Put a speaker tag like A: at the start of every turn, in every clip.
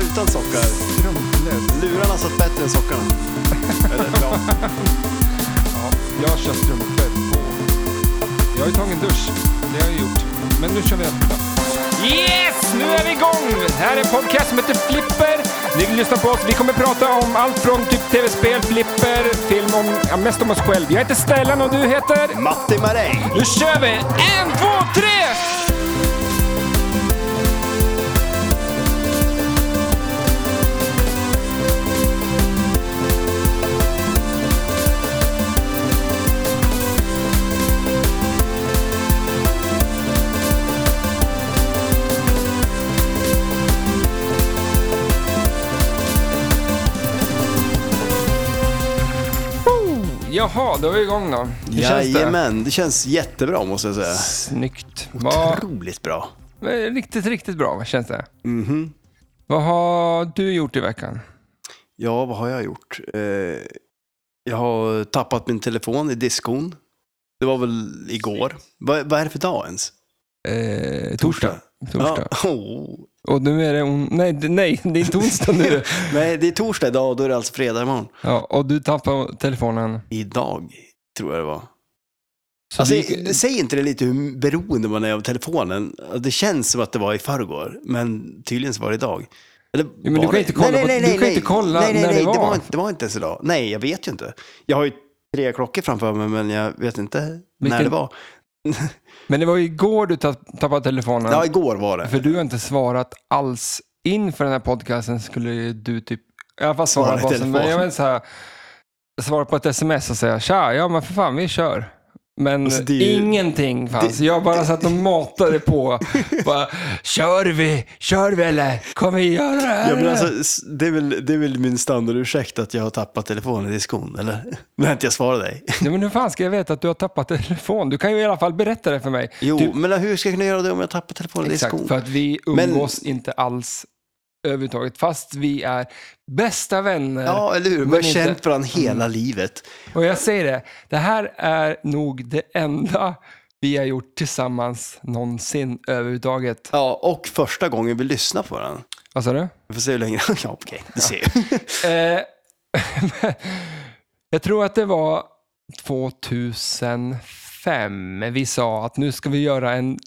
A: sockar.
B: Strumplös.
A: Lurarna satt bättre än sockarna. Eller, ja.
B: Ja, jag kör strumpor på. Jag har ju tagit en dusch. Det har jag gjort. Men nu kör vi öppna. Yes! Nu är vi igång! Det här är en podcast som heter Flipper. Ni kan lyssna på oss. Vi kommer prata om allt från typ tv-spel, flipper, film, om, ja, mest om oss själv. Jag heter Stellan och du heter?
A: Matti Maräng.
B: Nu kör vi! En, två, tre! Jaha, då är vi igång då. Hur känns
A: Jajamän, det känns jättebra måste jag säga.
B: det? Snyggt. Vad-
A: Otroligt bra. Mm-hmm.
B: Riktigt, riktigt bra känns det. Vad har du gjort i veckan?
A: Ja, vad har jag gjort? Eh, jag har tappat min telefon i diskon. Det var väl igår. Vad vad är det för dag ens?
B: Eh, torsdag. Torsdag.
A: Ja. Oh.
B: Och nu är det on- nej, d- nej, det är inte onsdag nu.
A: Nej, det är torsdag idag och då är det alltså fredag imorgon.
B: Ja, och du tappar telefonen.
A: Idag, tror jag det var.
B: Så
A: Alltså,
B: du gick-
A: Säg inte det lite hur beroende man är av telefonen? Alltså, Det känns som att det var i förrgår, men tydligen så var det idag. Eller,
B: Ja, men
A: var
B: du kan
A: det?
B: inte kolla på- du kan inte kolla
A: nej, nej,
B: när det
A: nej, det
B: var.
A: var. inte- Det var inte ens idag. Nej, jag vet ju inte. Jag har ju tre klockor framför mig, men jag vet inte när
B: Vilken-
A: det var.
B: men det var ju igår du ta- tappade telefonen.
A: Ja, igår var det.
B: För du har inte svarat alls. Inför den här podcasten skulle ju du typ, i alla fall svara
A: Svara i
B: på,
A: telefon.
B: men jag vill så här, svara på ett sms och säga tja, ja men för fan vi kör. Men
A: Alltså, det är ju-
B: ingenting fanns. jag bara satt och matade på. bara, kör vi? Kör vi eller? Kommer vi göra det här?
A: Ja, men
B: eller?"
A: alltså, s- det, är väl, det är väl min standardursäkt att jag har tappat telefonen i diskon, eller? När inte jag svarar dig.
B: Ja, men hur fan ska jag veta att du har tappat telefon? Du kan ju i alla fall berätta det för mig.
A: Jo,
B: Typ-
A: men hur ska jag kunna göra det om jag tappar telefonen i diskon?
B: Exakt, för att vi umgås inte alls överhuvudtaget. Fast vi är bästa vänner.
A: Ja, eller hur?
B: Men
A: Man har
B: inte- Mm.
A: känt varandra hela livet.
B: Och jag säger det, det här är nog det enda vi har gjort tillsammans någonsin överhuvudtaget.
A: Ja, och första gången vi lyssnar på den.
B: Vad sa du?
A: Vi får se hur länge... Ja, okej. Det ser jag.
B: Eh, jag tror att det var 2005 vi sa att nu ska vi göra en...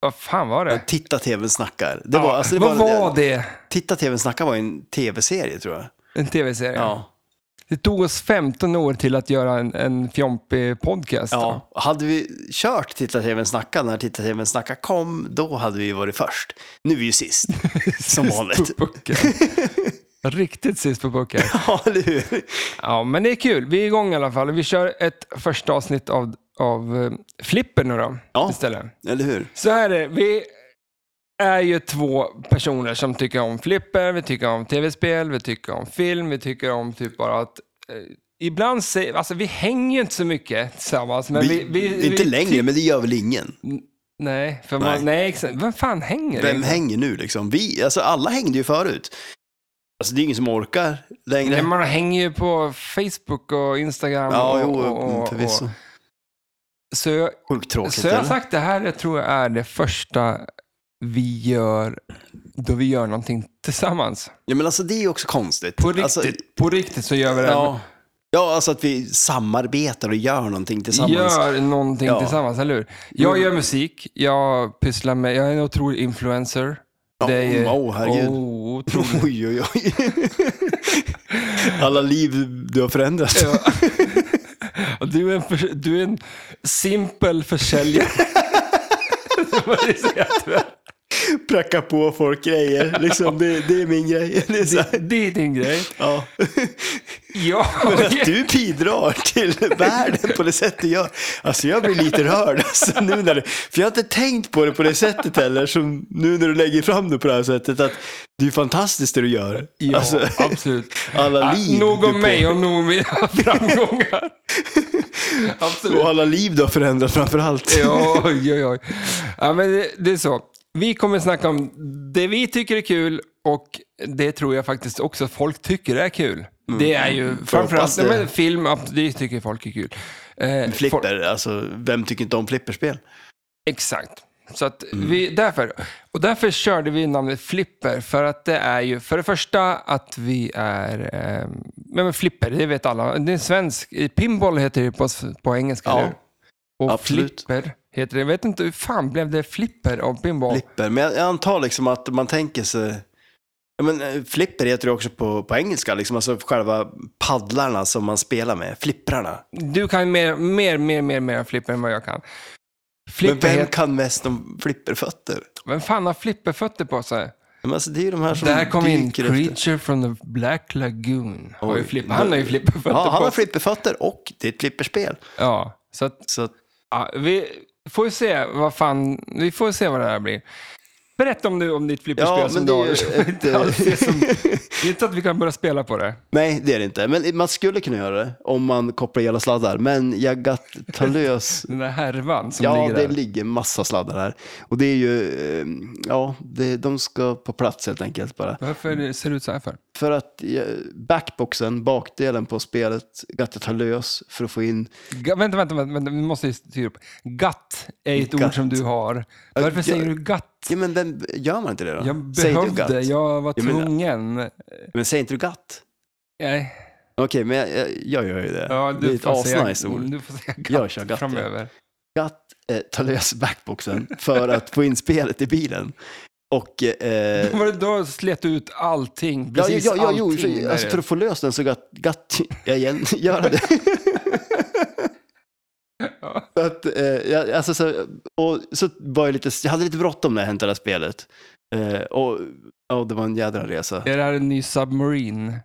B: Vad fan var det?
A: Titta TVn snackar. Det var, alltså, det
B: Vad
A: var,
B: var det?
A: Titta TVn snackar var en tv-serie, tror jag.
B: En tv-serie?
A: Ja.
B: Det tog oss 15 år till att göra en, en fjompig podcast. då.
A: ja. Hade vi kört Titta TVn snackar när Titta TVn snackar kom, då hade vi varit först. Nu är vi ju sist, som vanligt.
B: På pucken. Riktigt sist på pucken.
A: Ja, eller hur?
B: Ja, men det är kul. Vi är igång i alla fall. Vi kör ett första avsnitt av, av eh, Flipper nu då,
A: Ja.
B: istället.
A: Eller hur?
B: Så här är det. Vi är ju två personer som tycker om flipper, vi tycker om tv-spel, vi tycker om film, vi tycker om typ bara att... Eh, ibland säger... Alltså vi hänger ju inte så mycket tillsammans, men vi...
A: Vi,
B: vi,
A: inte
B: vi,
A: längre, men det gör väl ingen?
B: Nej, för man, nej.
A: Nej.
B: exakt. Vem fan hänger?
A: Vem
B: egentligen?
A: hänger nu liksom? Vi, alltså alla hängde ju förut. Alltså det är ingen som orkar längre.
B: Nej, man hänger ju på Facebook och Instagram
A: ja,
B: och,
A: jo,
B: och, och, och...
A: förvisso.
B: Så jag,
A: Sjukt tråkigt,
B: Så jag har
A: eller?
B: sagt det här, jag tror jag är det första vi gör då vi gör någonting tillsammans.
A: Ja, men alltså det är ju också konstigt.
B: På riktigt,
A: Alltså,
B: på riktigt så gör vi det.
A: ja. ja, alltså att vi samarbetar och gör någonting tillsammans.
B: Gör någonting
A: Ja.
B: tillsammans, eller hur? Jag gör musik, jag pysslar med, jag är en otrolig influencer.
A: Ja,
B: det är,
A: wow, herregud.
B: Oh, otroligt.
A: Oj, oj, oj. Alla liv du har förändrat.
B: Ja. Och du, är en, förs- du är en simpel försäljare. Det var det så jättebra.
A: Pracka på folk grejer. Liksom, det, det är min grej. Det är så här.
B: det är din grej.
A: Ja.
B: Ja,
A: Du bidrar till världen på det sätt du gör. Alltså jag blir lite rörd. Alltså, nu när du, för jag har inte tänkt på det på det sättet heller. Som nu när du lägger fram det på det här sättet. Att det är ju fantastiskt det du gör.
B: ja
A: Alltså,
B: absolut.
A: alla
B: Ah,
A: liv
B: nog
A: du
B: om mig och nog om mina framgångar. Absolut.
A: Och alla liv du har förändrat framför allt.
B: Ja, oj, oj, oj. Ja, men det, det är så. Vi kommer snacka om det vi tycker är kul och det tror jag faktiskt också folk tycker är kul. Det är ju framförallt
A: hoppas
B: Mm. det.
A: det.
B: Men film, ja, det tycker folk är kul. Eh, folk-
A: Flipper, alltså vem tycker inte om flipperspel?
B: exakt. Så att
A: Mm.
B: vi, därför, och därför körde vi namnet Flipper. För att det är ju, för det första att vi är... Eh, men men Flipper, det vet alla. Det är en svensk. Pinball heter det på, på engelska,
A: Ja.
B: eller hur? Och
A: Absolut.
B: Flipper heter det. Jag vet inte, hur fan blev det Flipper av pinball?
A: Flipper. Men jag jag antar liksom att man tänker sig... Ja, men eh, flipper heter det också på, på engelska, liksom. alltså själva paddlarna som man spelar med, flipprarna.
B: Du kan mer, mer, mer, mer, mer om Flipper än vad jag kan. Flipper
A: Men vem
B: heter,
A: kan mest om flipperfötter?
B: vem fan har flipperfötter på sig?
A: Men alltså, det är ju de här som
B: Där kom in
A: dyker efter.
B: Creature from the Black Lagoon. Har ju
A: Oj,
B: flipper,
A: nu-
B: han har ju flipperfötter
A: Ja, han
B: på
A: har
B: sig.
A: flipperfötter och det är ett flipperspel.
B: Ja, så att
A: Så att
B: Ja, vi får ju se vad fan, vi får se vad det här blir. Berätta om, du, om ditt flipperspel
A: Ja,
B: som
A: men
B: du
A: det är
B: har.
A: ju
B: som
A: ett,
B: inte alls är som- Det är inte att vi kan börja spela på det.
A: Nej, det är det inte. Men man skulle kunna göra det om man kopplar hela sladdar. Men Jagat Talös,
B: Den där härvan som
A: ja
B: ligger
A: det
B: där.
A: ligger massa sladdar här. Och det är ju, eh, ja, det, de ska på plats helt enkelt bara.
B: Varför ser det ut så här för?
A: För att eh, backboxen, bakdelen på spelet, Jagat Talös för att få in,
B: Ga- vänta, vänta, vänta, vänta, vi måste ju styra upp. Gatt är ett ord
A: Gatt.
B: som du har. Varför
A: jag-
B: säger du gatt?
A: ja men den, gör man inte det då?
B: Jag
A: Säger du
B: behövde,
A: gatt?
B: jag var
A: Ja, men-
B: tvungen.
A: Men säger inte du gatt?
B: Nej,
A: Okej, men jag, jag, jag gör ju det.
B: ja,
A: det är
B: du,
A: ett
B: får
A: asnice
B: säga,
A: ord.
B: Mm, du får säga gatt
A: Jag kör gatt, ja.
B: framöver.
A: Gatt eh, tar lös backboxen för att få in spelet i bilen. Och eh,
B: Då var det- Då slet du ut allting,
A: Ja, ja,
B: precis
A: ja, ja, jo,
B: allting.
A: för,
B: där
A: alltså
B: är.
A: för att få löst den så gatt, gatt jag igen, göra det.
B: Ja.
A: Så att, eh, jag, alltså, så, och så var jag lite, jag hade lite bråttom när jag hämtade det här spelet. Eh, och, ja, det var en jädra resa.
B: Är det här en ny Submarine?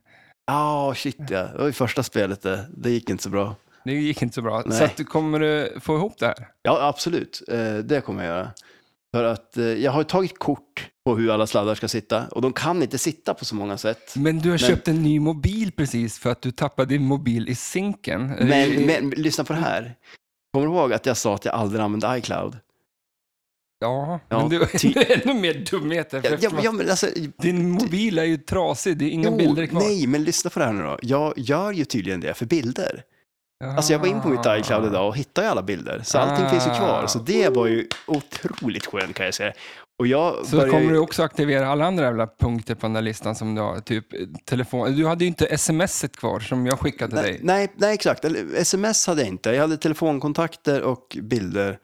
A: Ja, shit ja. Det var ju första spelet det. Det gick inte så bra.
B: Det gick inte så bra.
A: Nej.
B: Så att, du kommer du få ihop det här?
A: Ja, absolut. Eh, det kommer jag göra. För att eh, jag har tagit kort på hur alla sladdar ska sitta och de kan inte sitta på så många sätt.
B: Men du har
A: Men-
B: köpt en ny mobil precis för att du tappade din mobil i sinken. Eh,
A: Men, men lyssna på det här. Kommer du ihåg att jag sa att jag aldrig använde iCloud?
B: ja,
A: Ja,
B: men du
A: ty-
B: ty... är ännu mer dumheter.
A: Ja,
B: för
A: ja,
B: eftersom
A: ja, men alltså,
B: att Din mobil är ju trasig, det är inga
A: Jo,
B: bilder kvar.
A: Nej, men lyssna på det här nu då. Jag gör ju tydligen det för bilder. Alltså jag var in på mitt
B: Ah.
A: iCloud idag och hittade ju alla bilder. Så allting finns ju kvar. Så det var ju otroligt skönt kan jag säga. Och jag
B: Så
A: börjar ju-
B: kommer du också aktivera alla andra jävla punkter på den där listan som du har, typ eh, telefon. Du hade ju inte smset kvar som jag skickade till
A: Nej,
B: dig.
A: nej, nej, exakt. Eller, Sms hade jag inte. Jag hade telefonkontakter och bilder.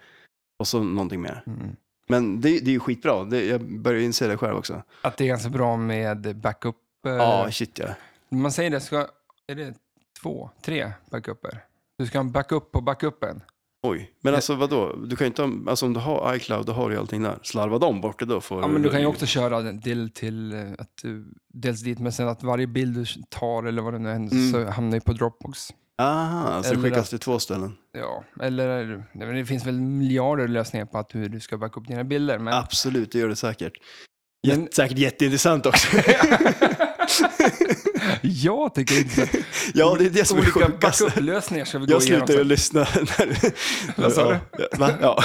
A: Och så någonting mer.
B: Mm.
A: Men det, det är ju skitbra. Det, jag börjar ju inse det själv också.
B: Att det är ganska bra med backup. eh,
A: Ja, shit ja.
B: Man säger det, ska, är det två, tre backuper? Du ska ha en backup på backupen.
A: Oj. Men
B: Eh.
A: alltså vadå? Du kan ju inte, ha- alltså om du har iCloud, då har du ju allting där. Slarvar de bort det då får
B: Ja, men du kan ju också köra den del till, eh, att du, dels dit, men sen att varje bild du tar eller vad det nu är,
A: Mm.
B: så hamnar ju på Dropbox.
A: Aha, så det
B: Eller-
A: skickas till två ställen.
B: Ja, eller eh, nej, men det finns väl miljarder lösningar på att hur du ska backa upp dina bilder.
A: Ah.
B: Men,
A: Absolut, det gör det säkert.
B: Men-
A: Jätte- Säkert jätteintressant också.
B: jag tycker inte
A: ja, det är det som är
B: Olika
A: sjukast.
B: backup-lösningar ska vi gå
A: Jag
B: igenom.
A: slutar ju
B: sen.
A: lyssna. När...
B: Vad sa du?
A: Ja, va? Ja.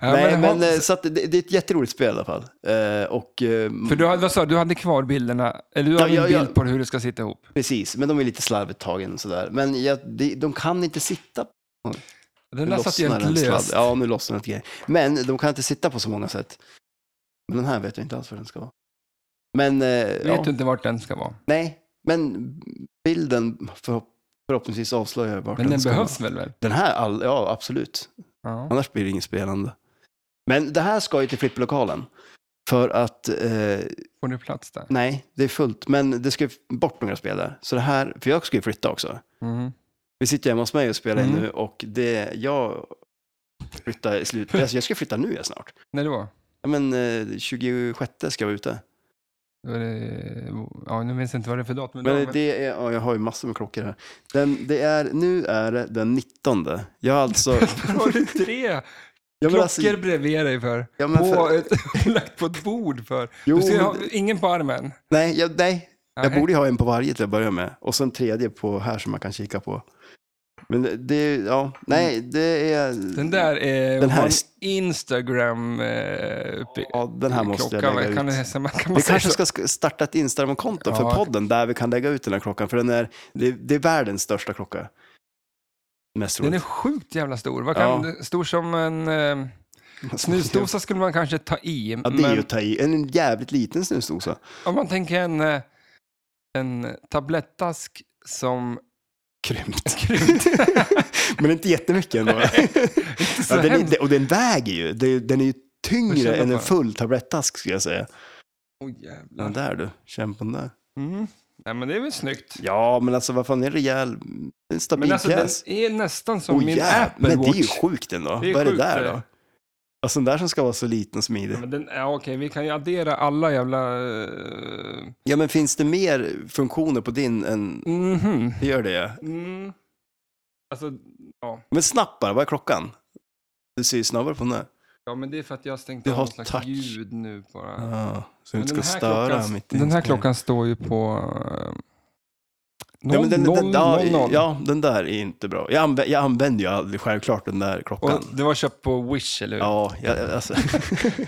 B: Ja,
A: Nej,
B: men,
A: men
B: ha-
A: eh, så att det, det är ett jätteroligt spel i alla fall. Eh, och, eh,
B: för du hade, vad sa, du? du hade kvar bilderna, eller du
A: Ja,
B: hade
A: ja,
B: en bild
A: ja.
B: på hur det ska sitta ihop.
A: Precis, men de är lite slarvigt tagen och sådär. Men jag, de, de kan inte sitta
B: Den
A: Nu
B: där satt ju
A: lossnar
B: helt
A: en sladd.
B: löst.
A: Ja, nu lossnar ett grej. Men de kan inte sitta på så många sätt. Men den här vet jag inte alls vad den ska vara. Men, eh,
B: Vet
A: ja,
B: du inte vart den ska vara?
A: nej, men bilden förhopp förhoppningsvis avslöjar vart
B: Men den
A: ska
B: behövs
A: vara.
B: väl? väl?
A: Den här, all, ja absolut.
B: Ja.
A: Annars blir det inget spelande. Men det här ska ju till flipplokalen. För att, eh,
B: Får du plats där?
A: nej, det är fullt. Men det ska ju bort några spel där. Så det här, för jag ska ju flytta också.
B: Mm.
A: Vi sitter hemma hos mig och spelar in
B: Mm.
A: nu och det, jag flyttar i slutet. Alltså jag ska flytta nu jag snart.
B: När då?
A: Ja, men eh, 26 ska jag vara ute.
B: Då är det- Ja, nu minns jag inte vad det är för datum.
A: Men
B: idag,
A: det är, ja, jag har ju massor med klockor här. Den, det är, nu är det den 19. Jag har alltså...
B: Varför har du tre
A: ja, men
B: klockor
A: alltså-
B: bredvid dig för?
A: ja, men
B: På
A: för,
B: ett, lagt på ett bord för?
A: jo,
B: Du ser,
A: men-
B: ha, ingen på armen?
A: nej, jag, nej, jag
B: Nej.
A: borde ju ha en på varje till att börja med. Och så en tredje på här som man kan kika på. Men det- det, ja, nej, det är...
B: Mm. Den där är
A: Den här
B: vår
A: är st-
B: Instagram... Eh, uppe-
A: Ja, den här måste jag lägga
B: kan,
A: ut.
B: det- Kan man, kan man
A: Vi
B: säga
A: kanske
B: så?
A: ska sk- starta ett Instagram-konto för
B: Ja.
A: podden där vi kan lägga ut den här klockan. För den är, det, är- det är världens största klocka. Mest
B: Den är
A: troligt.
B: sjukt jävla stor. Vad
A: Ja.
B: kan, Stor som en... Eh, Snusdosa skulle man kanske ta i.
A: Ja, det är ju
B: men
A: att ta i. En jävligt liten snusdosa.
B: om man tänker en, eh, en tablettask som...
A: Krympt.
B: Krympt.
A: Men inte jättemycket ändå.
B: Så
A: ja, den
B: hemskt.
A: är, och den väger ju. Det är- Den är ju
B: Jag
A: tyngre
B: känner
A: än en
B: på-
A: full tablettask skulle jag säga.
B: Åh,
A: Den
B: jävlar.
A: där du, känn på den där.
B: Mm. Nej, men det är väl snyggt.
A: Ja, men alltså vad fan, en rejäl, en stabil
B: Men alltså, den
A: pjäs.
B: är nästan som
A: Åh,
B: min
A: jävlar,
B: Apple
A: Men det är ju
B: Watch.
A: sjukt ändå.
B: Det är
A: vad är det
B: sjukt,
A: där
B: det.
A: då? Alltså den där som ska vara så liten och smidig.
B: Ja, men den, ja, okej, vi kan ju addera alla jävla... Uh,
A: Ja, men finns det mer funktioner på din än...
B: mhm.
A: Det gör det ja.
B: Mm. Alltså, ja.
A: Men snabbt bara, vad är klockan? Du ser ju snabbare på den här.
B: ja, men det är för att jag stängde
A: Du
B: av
A: har
B: något slags
A: touch.
B: ljud nu bara.
A: Ah, så du
B: Men
A: inte ska
B: den här
A: störa
B: klockan,
A: mitt i
B: Den här
A: inspelning.
B: klockan står ju på... eh,
A: Ja, men den, den,
B: 00,
A: ja,
B: 00.
A: ja, den där är inte bra. Jag, anvä- jag använder ju aldrig självklart den där klockan.
B: Och det var köpt på Wish, eller hur?
A: ja, jag, jag- alltså.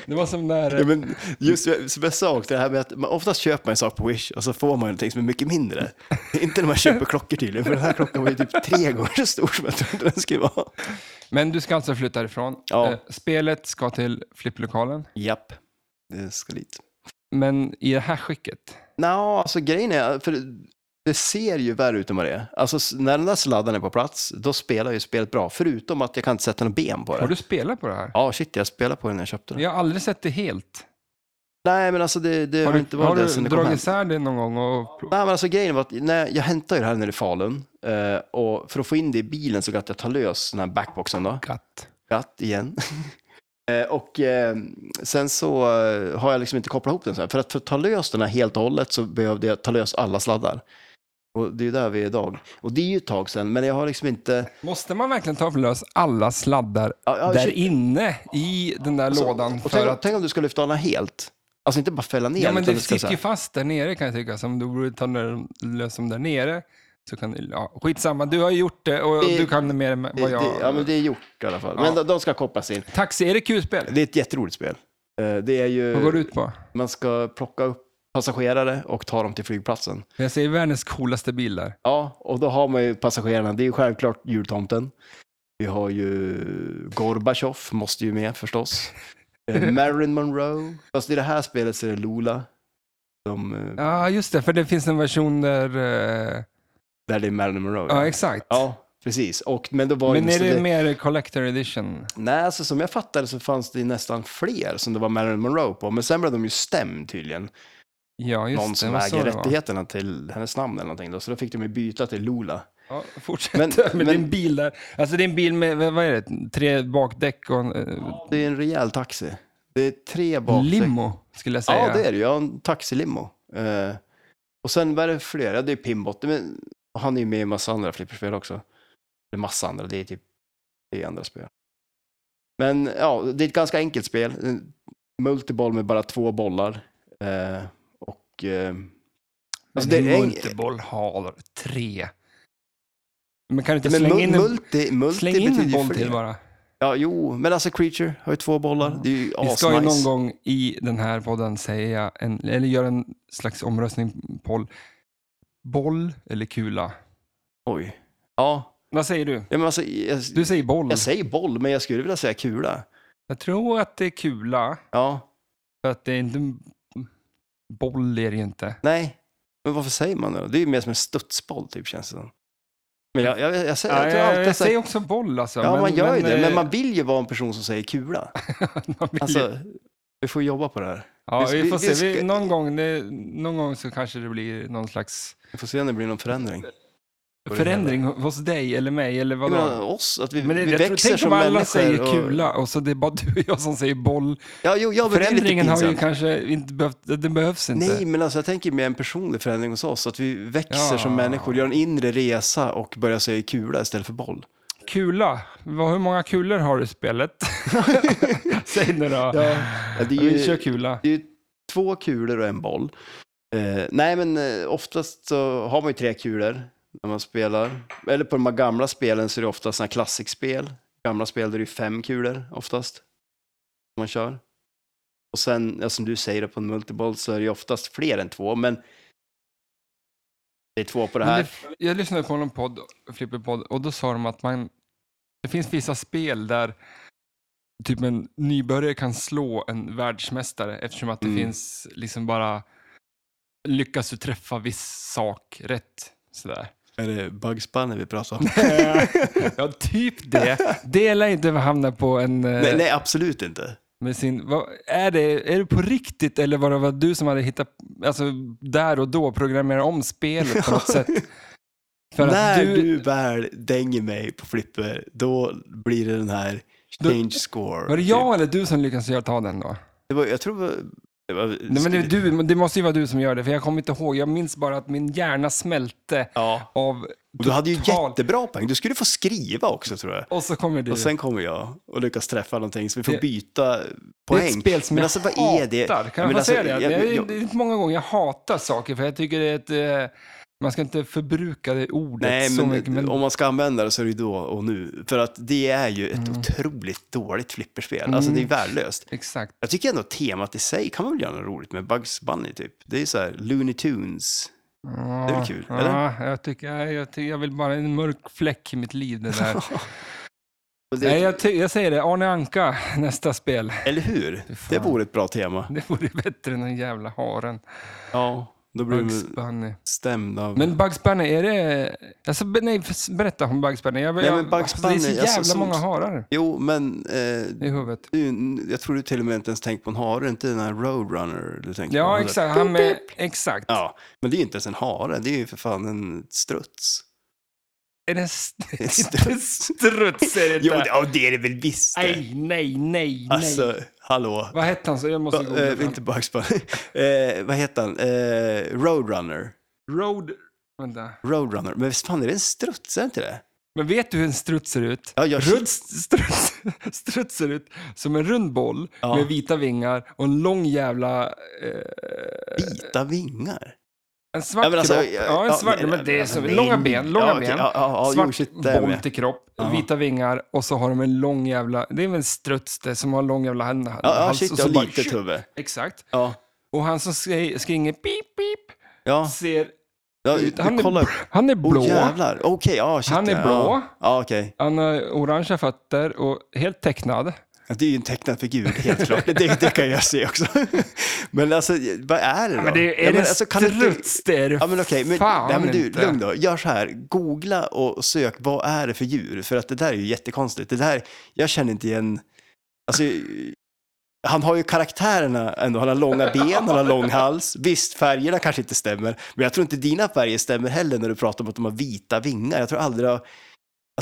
B: Det var som när...
A: ja, men just som jag sa, också, det här med att man oftast köper man en sak på Wish och så får man någonting som är mycket mindre. inte när man köper klockor tydligen, för den här klockan var ju typ tre gånger så stor som jag trodde den skulle vara.
B: Men du ska alltså flytta ifrån.
A: Ja.
B: Eh, Spelet ska till flipplokalen,
A: Japp, det ska dit.
B: men i det här skicket.
A: Nå, alltså grejen är, för det ser ju värre ut än vad det är. Alltså s- när den där sladden är på plats, då spelar ju spelet bra. Förutom att jag kan inte sätta något ben på
B: Har
A: det.
B: du spelat på det här?
A: Ja, shit, jag spelade på den när jag köpte den.
B: Jag har aldrig sett det helt.
A: Nej, men alltså det, det har,
B: Har du,
A: inte
B: har
A: varit det
B: du
A: sen det kom
B: dragit
A: hem.
B: isär det någon gång? Och... prov-
A: Nej, men alltså grejen var att när jag hämtade ju det här nere i Falun. Eh, och för att få in det i bilen så att jag ta lös den här backboxen då.
B: Katt.
A: Ratt igen. Eh, och eh, sen så eh, har jag liksom inte kopplat ihop den så här. För att, för att ta lös den här helt och hållet så behövde jag ta lös alla sladdar. Och det är ju där vi är idag. Och det är ju ett tag sedan, men jag har liksom inte...
B: Måste man verkligen ta lös alla sladdar
A: Ja, ja,
B: där
A: shit.
B: inne i den där
A: Alltså,
B: lådan?
A: och
B: För
A: tänk, om-
B: att...
A: tänk om du ska lyfta alla helt. Alltså inte bara fälla ner
B: Ja, men
A: utan
B: det
A: du ska så
B: sitter ju
A: här-
B: fast där nere kan jag tycka. Så om du borde ta ner- lös dem där nere så kan du... Ja, skitsamma, du har ju gjort det och
A: Det-
B: du kan mer än vad
A: det,
B: jag...
A: det, ja, men det är gjort i alla fall.
B: Ja.
A: Men de, de ska kopplas in.
B: Taxi, är det kul-spel?
A: Det är ett jätteroligt spel. Eh, Det är ju,
B: Vad går det ut på?
A: man ska plocka upp passagerare och ta dem till flygplatsen.
B: Jag ser världens coolaste bil där.
A: Ja, och då har man ju passagerarna, det är ju självklart jultomten. Vi har ju Gorbachev, måste ju med förstås. Eh, Marilyn Monroe. Fast i det här spelet så är det Lola. De, eh,
B: Ja, just det, för det finns en version där... eh,
A: Där det är Marilyn Monroe.
B: Ja,
A: ja.
B: exakt.
A: ja precis. Och, men då var
B: Men
A: ju
B: är
A: så
B: det mer collector edition?
A: Nej, alltså som jag fattade så fanns det ju nästan fler som det var Marilyn Monroe på. Men sen blev de ju stämd tydligen.
B: Ja, just
A: någon
B: det.
A: som
B: vad sa
A: äger
B: det var.
A: rättigheterna till hennes namn eller någonting då, så då fick de ju byta till Lola.
B: Ja, fortsätt
A: Men-
B: med
A: men-
B: din bil där. Alltså det är en bil med, vad vad är det, tre bakdäck och en eh,
A: Det är en rejäl taxi. Det är tre bakdäck.
B: limo skulle jag säga.
A: Ja, det är det ju. Ja, en taxilimo. Eh, och sen vad är det fler? Ja, det är Pimbot. Men han är ju med i en massa andra flipperspel också. Det är massa andra, det är typ det är andra spel. Men ja, det är ett ganska enkelt spel. En Multiboll med bara två bollar. Eh, och... Eh, alltså, det
B: men
A: är
B: en
A: en-
B: multiboll har tre. Men kan du inte
A: men
B: slänga
A: mul-
B: in en,
A: multi, multi
B: släng in
A: betyder
B: en
A: ju
B: boll
A: fler.
B: till bara?
A: Ja, jo, men alltså Creature har ju två bollar.
B: Ja.
A: Det är ju
B: Vi ska ju någon
A: asnice.
B: gång i den här podden säga, en, eller göra en slags omröstning, Paul. Boll eller kula?
A: Oj. Ja,
B: Vad säger du?
A: ja men alltså, jag,
B: Du säger boll.
A: jag säger boll, men jag skulle vilja säga kula.
B: Jag tror att det är kula,
A: Ja,
B: för att det är inte... Boll är det ju inte.
A: nej. Men varför säger man det då? Det är ju mer som en studsboll typ, känns det som. Men jag, jag, jag, säger, jag
B: Ja,
A: tror alltid
B: jag,
A: jag
B: säger
A: säger...
B: också boll alltså.
A: Ja,
B: men,
A: man gör ju det,
B: eh,
A: men man vill ju vara en person som säger kula.
B: man vill ju-
A: Alltså, vi får jobba på det här.
B: ja,
A: vi-
B: vi,
A: vi-
B: får
A: vi
B: se. Vi,
A: ska-
B: någon, gång, det, någon gång så kanske det blir någon slags
A: Vi får se om det blir någon förändring. det
B: förändring hos dig eller mig eller
A: Jag
B: vadå?
A: menar oss, att vi,
B: men det,
A: vi
B: jag tror,
A: växer
B: tänk
A: som
B: om
A: människor.
B: alla säger
A: och-
B: kula och så det är bara du och jag som säger boll.
A: Ja, jo, ja, men det är lite
B: Förändringen har ju
A: pinsamt.
B: kanske inte behövt, det behövs inte.
A: Nej, men alltså jag tänker med en personlig förändring hos oss, att vi växer
B: Ja.
A: som människor, gör en inre resa och börjar säga kula istället för boll.
B: Kula, vad, hur många kulor har du i spelet? Säg nu då.
A: Ja, det är
B: Vi kör
A: ju,
B: kula.
A: det är ju två kulor och en boll. Eh, nej, men eh, oftast så har man ju tre kulor när man spelar. Eller på de här gamla spelen så är det ofta sådana här klassikspel. Gamla spel där det är fem kulor oftast, som man kör. Och sen, ja, som du säger, på en multiboll så är det ju oftast fler än två, men det är två på det
B: Men
A: här.
B: Det, jag lyssnade på någon podd, Flipperpodd, och då sa de att man, det finns vissa spel där typ en nybörjare kan slå en världsmästare eftersom att det
A: Mm.
B: finns liksom bara lyckas du träffa viss sak rätt. Sådär.
A: Är det Bugs Bunny vi pratar om?
B: ja, typ det. Dela inte över hamna på en... eh,
A: nej, nej, absolut inte.
B: Med sin, vad, är, det, är det på riktigt eller var det var du som hade hittat, alltså där och då programmerat om spelet på något sätt? För att
A: När
B: du,
A: du... väl dänger mig på flipper, då blir det den här
B: Då-
A: change score. Typ.
B: Var det jag eller du som lyckades göra ta den då?
A: Det var, jag tror... det var- Det var,
B: Nej, men det, är du, men det måste ju vara du som gör det, för jag kommer inte ihåg. Jag minns bara att min hjärna smälte
A: Ja.
B: av...
A: Och du hade ju
B: total-
A: jättebra poäng. Du skulle få skriva också tror jag.
B: Och så kommer du.
A: Och sen kommer jag och lyckas träffa någonting så vi får
B: Det-
A: byta
B: det är
A: poäng.
B: ett spel som
A: men
B: jag
A: alltså, vad
B: hatar.
A: är det?
B: Kan jag
A: men
B: bara
A: alltså,
B: säga det?
A: jag-
B: det, är,
A: jag-
B: det är inte många gånger jag hatar saker, för jag tycker det är ett... Eh, man ska inte förbruka det ordet
A: Nej,
B: så
A: men,
B: mycket. Men
A: om man ska använda det så är det ju då och nu. För att det är ju ett
B: Mm.
A: otroligt dåligt flipperspel. Alltså det är värdelöst.
B: Exakt.
A: Jag tycker ändå temat i sig kan man väl göra något roligt med. Bugs Bunny typ. Det är så här Looney Tunes.
B: Ja,
A: väl kul,
B: ja, Jag, tycker, jag, jag, tycker, jag vill bara en mörk fläck i mitt liv. Det där.
A: Och det,
B: Nej, jag, ty- jag säger det, Arne Anka, nästa spel.
A: Eller hur?
B: Fy fan.
A: Det vore ett bra tema.
B: Det vore bättre än den jävla haren.
A: Ja, då blir
B: Bugs
A: man
B: Bunny.
A: stämd av...
B: Men Bugs Bunny, är det... Alltså, be- nej, f- berätta om Bugs Bunny. Jag,
A: Nej, men Bugs
B: alltså, det är så
A: Bunny,
B: jävla
A: alltså, som-
B: många harar
A: Jo, men eh,
B: i huvudet.
A: du, jag tror du till och med inte ens tänkt på en hare. Inte den här Roadrunner du tänker på?
B: Ja,
A: Den där-
B: exakt. Han med, exakt.
A: Ja, men det är ju inte ens en hare. Det är ju för fan en struts.
B: Är det en st-
A: En
B: inte struts? Är det
A: Jo,
B: inte?
A: det, ja, det är det väl visst det.
B: Nej, nej, nej, nej.
A: Alltså, hallå.
B: Vad hette han? Så jag måste
A: Va,
B: googla.
A: eh, inte Bugs Bunny. eh, vad heter han? Eh, Roadrunner.
B: Road... Vänta.
A: Roadrunner. Men visst fan är det en struts, är det inte det?
B: Men vet du hur en struts ser ut?
A: Ja, jag-
B: Rund struts, struts ser ut som en rund boll
A: Ja.
B: med vita vingar och en lång jävla... Eh,
A: Vita vingar.
B: en svart
A: alltså,
B: kropp. Ja, en svart, men, det är så, långa ben, långa
A: ja, okej,
B: ben.
A: Ja, ja, ja,
B: svart
A: jo, shit, det är
B: boll
A: med.
B: till kropp,
A: Ja.
B: vita vingar och så har de en lång jävla... Det är väl en struts det, som har en lång jävla hand,
A: Ja, ja
B: hals
A: shit,
B: och så
A: ja,
B: bara-
A: lite tubbe.
B: Exakt.
A: Ja,
B: Och han som skri- skringer pip, pip,
A: ja.
B: ser...
A: ja
B: ut- Han
A: kolla
B: är,
A: upp.
B: han är blå.
A: Åh jävlar. Okej, ja, shit.
B: Han är
A: ja.
B: blå.
A: Ja, okej.
B: han har orangea fötter och helt tecknad.
A: Ja, Alltså, Det är ju en tecknad figur, helt klart. Det, det kan jag se också. Men alltså, vad är det då?
B: Ja, men det, är
A: Ja,
B: det
A: men alltså, kan inte-
B: struts det är det
A: Ja men okej, men,
B: fan
A: nej, men du,
B: inte.
A: lugn då. Gör så här, googla och sök vad är det för djur? För att det där är ju jättekonstigt. Det där, jag känner inte igen, alltså, han har ju karaktärerna ändå. Han har långa ben, han har lång hals. Visst, färgerna kanske inte stämmer, men jag tror inte dina färger stämmer heller när du pratar om att de har vita vingar. Jag tror aldrig jag-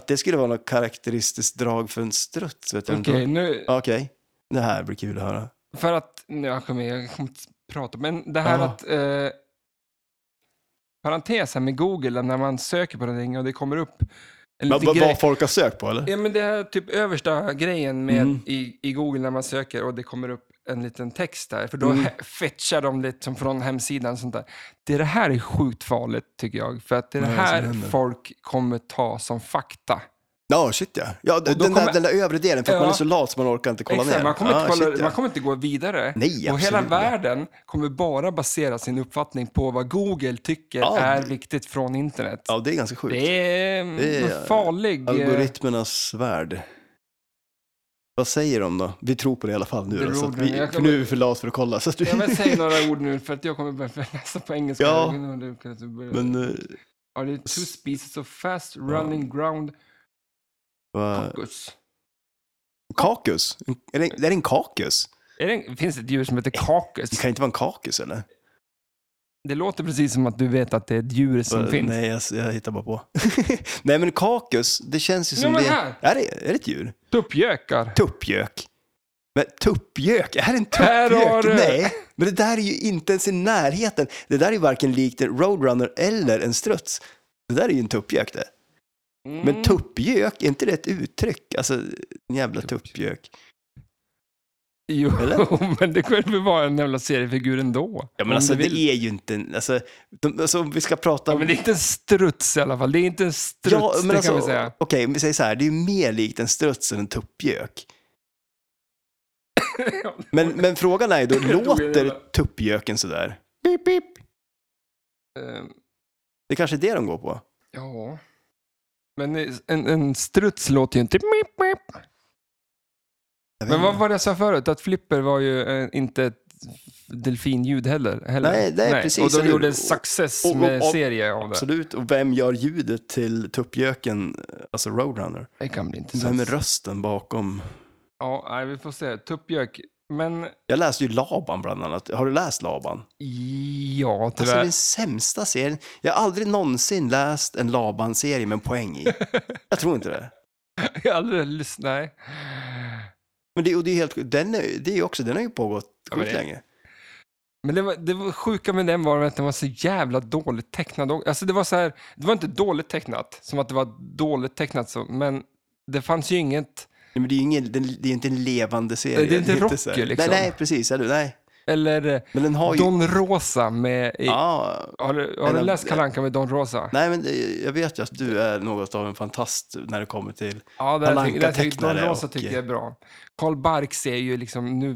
A: att det skulle vara något karaktäristiskt drag för en struts. Vet jag inte.
B: Okej, nu,
A: Ja, Okej, det här blir kul att höra.
B: för att, nu, jag kommer jag kommer inte prata, men det här
A: Ja.
B: att, eh, parentes här med Google, när man söker på någonting och det kommer upp en
A: Men,
B: liten
A: vad,
B: grej.
A: vad folk har sökt på eller?
B: Ja, men det här typ översta grejen med
A: Mm.
B: i, i Google när man söker och det kommer upp en liten text där, för då
A: Mm.
B: he- fetchar de lite som från hemsidan och sånt där. Det, det här är sjukt farligt tycker jag, för att det är det
A: Vad är det som
B: här
A: händer?
B: folk kommer ta som fakta.
A: Ja, shit ja. ja den,
B: då kommer-
A: där, den där övre delen, för att
B: Ja.
A: man är så lat så man orkar inte kolla
B: Exakt,
A: ner.
B: man, kommer inte
A: Ja,
B: kolla,
A: shit, ja.
B: man kommer inte gå vidare.
A: Nej,
B: och hela
A: absolut inte.
B: världen kommer bara basera sin uppfattning på vad Google tycker
A: Ja,
B: är
A: det-
B: viktigt från internet.
A: Ja, det är ganska sjukt.
B: det är en
A: Det är-
B: farlig... eh,
A: Algoritmernas värld. Vad säger de då? Vi tror på det i alla fall
B: Det
A: nu. Då, så att
B: råder-
A: vi,
B: jag
A: för
B: kommer-
A: nu är vi för lat för att kolla. Så att vi,
B: Jag vill säga några ord nu för att jag kommer börja läsa på engelska.
A: Ja,
B: Jag vet inte om du kan-
A: men eh,
B: Are there two species of fast running ground
A: vad-
B: cocos?
A: kakus? Är det, är det en kakus?
B: Är det, en- finns det ett djur som heter kakos?
A: Det Eh, kan inte vara en kakus eller?
B: Det låter precis som att du vet att det är ett djur som
A: Eh,
B: finns.
A: Nej, jag, jag hittar bara på. nej, men kakus, det känns ju
B: Ja,
A: som
B: men
A: det...
B: här.
A: Är det, är det ett djur?
B: Tuppjökar.
A: Tuppjök. Men tuppjök, är det en
B: Här har
A: tuppjök?
B: du-
A: Nej, men det där är ju inte ens i närheten. Det där är ju varken likt en roadrunner eller en struts. Det där är ju en tuppjök det.
B: Mm.
A: Men tuppjök, är inte det ett uttryck? Alltså, en jävla tuppjök.
B: Mm. Jo,
A: Eller?
B: men det kunde väl vara en jävla seriefigur ändå.
A: Ja,
B: om
A: men alltså
B: du
A: det
B: vill.
A: är ju inte en... Alltså, de, alltså om vi ska prata...
B: Ja, men det är inte en struts i alla fall. Det är inte en struts,
A: Ja, men
B: det
A: alltså,
B: kan vi säga.
A: Okej, vi säger så här, det är ju mer likt en struts än en tuppjök. Men, men frågan är ju då,
B: Jag tog en jävla-
A: låter tuppjöken sådär? Pip, pip.
B: Ehm,
A: Det är kanske är det de går på?
B: ja. Men en, en struts låter ju inte... Mip, mip.
A: Jag vet
B: Men vad
A: inte.
B: var det jag sa förut? Att flipper var ju eh, inte ett delfinljud heller. heller.
A: Nej, nej, precis.
B: Och
A: Eller
B: de gjorde en
A: hur?
B: success
A: Och- och-
B: med
A: och-
B: serie av det.
A: Absolut. Och vem gör ljudet till tuppjöken, alltså Roadrunner?
B: Det kan bli
A: Vem är
B: intressant.
A: rösten bakom?
B: Ja, nej, vi får se. Tuppjök. Men
A: Jag läste ju Laban bland annat. Har du läst Laban?
B: ja,
A: Alltså
B: tyvärr.
A: den sämsta serien. Jag har aldrig någonsin läst en Laban-serie med en poäng i. Jag tror inte det.
B: Jag har aldrig lyssnat. Nej.
A: Men det, och det är helt Den är, det är ju också, den har ju pågått
B: Ja, men
A: sjukt
B: det-
A: länge.
B: Men det, var, det var sjuka med den var att den var så jävla dåligt tecknad. Alltså det var så här, det var inte dåligt tecknat, som att det var dåligt tecknat, så, men det fanns ju inget,
A: Nej, men det är ju ingen, den, det är inte en levande serie.
B: Nej, det är inte
A: så
B: Rocky,
A: här-
B: liksom.
A: Nej, nej precis. Eller, nej.
B: eller eh,
A: Men den har ju...
B: Don Rosa med... I,
A: Ja,
B: Har du, har
A: En
B: du
A: av-
B: läst Kalanka med Don Rosa?
A: nej, men eh, jag vet ju att du är något av en fantast när det kommer till...
B: Ja, där tycker, där tycker, Don
A: Kalanka-tecknare
B: Rosa
A: och-
B: tycker jag är bra. Carl Barks ser ju liksom, nu,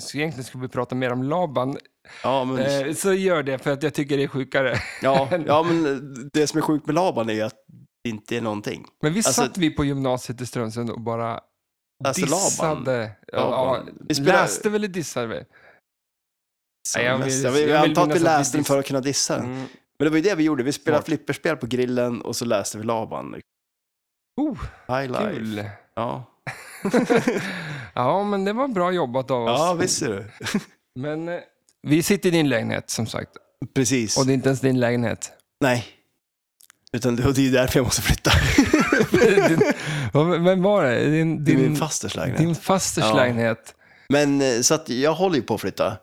B: så egentligen skulle vi prata mer om Laban,
A: Ja, men...
B: eh, så gör det för att jag tycker det är sjukare.
A: Ja, ja, men det som är sjukt med Laban är ju att det inte är någonting.
B: Men visst
A: Alltså-
B: satt vi på gymnasiet i Strömsund och bara
A: Alltså, Laban.
B: dissade? Ja,
A: Laban.
B: ja,
A: Vi spelar-
B: Läste väl eller dissade vi?
A: Så
B: Nej, jag
A: mest-
B: vill-
A: jag, vill,
B: jag
A: jag
B: vill
A: antar att vi
B: minnas att vi
A: läste den
B: diss-
A: för att kunna dissa den.
B: Mm.
A: Men det var ju det vi gjorde. Vi spelade
B: Smart.
A: flipperspel på grillen och så läste vi Laban.
B: Oh,
A: High life.
B: kul!
A: Ja.
B: Ja, men det var bra jobbat av oss.
A: ja, visst är du.
B: Men eh, vi sitter i din lägenhet, som sagt.
A: Precis.
B: Och det är inte ens din lägenhet.
A: Nej. Utan det, och det är ju därför jag måste flytta.
B: din, vad- vem var det? Din,
A: Det är
B: din,
A: min fasters lägenhet.
B: din fasters
A: Ja.
B: lägenhet.
A: Men eh, så att jag håller ju på att flytta.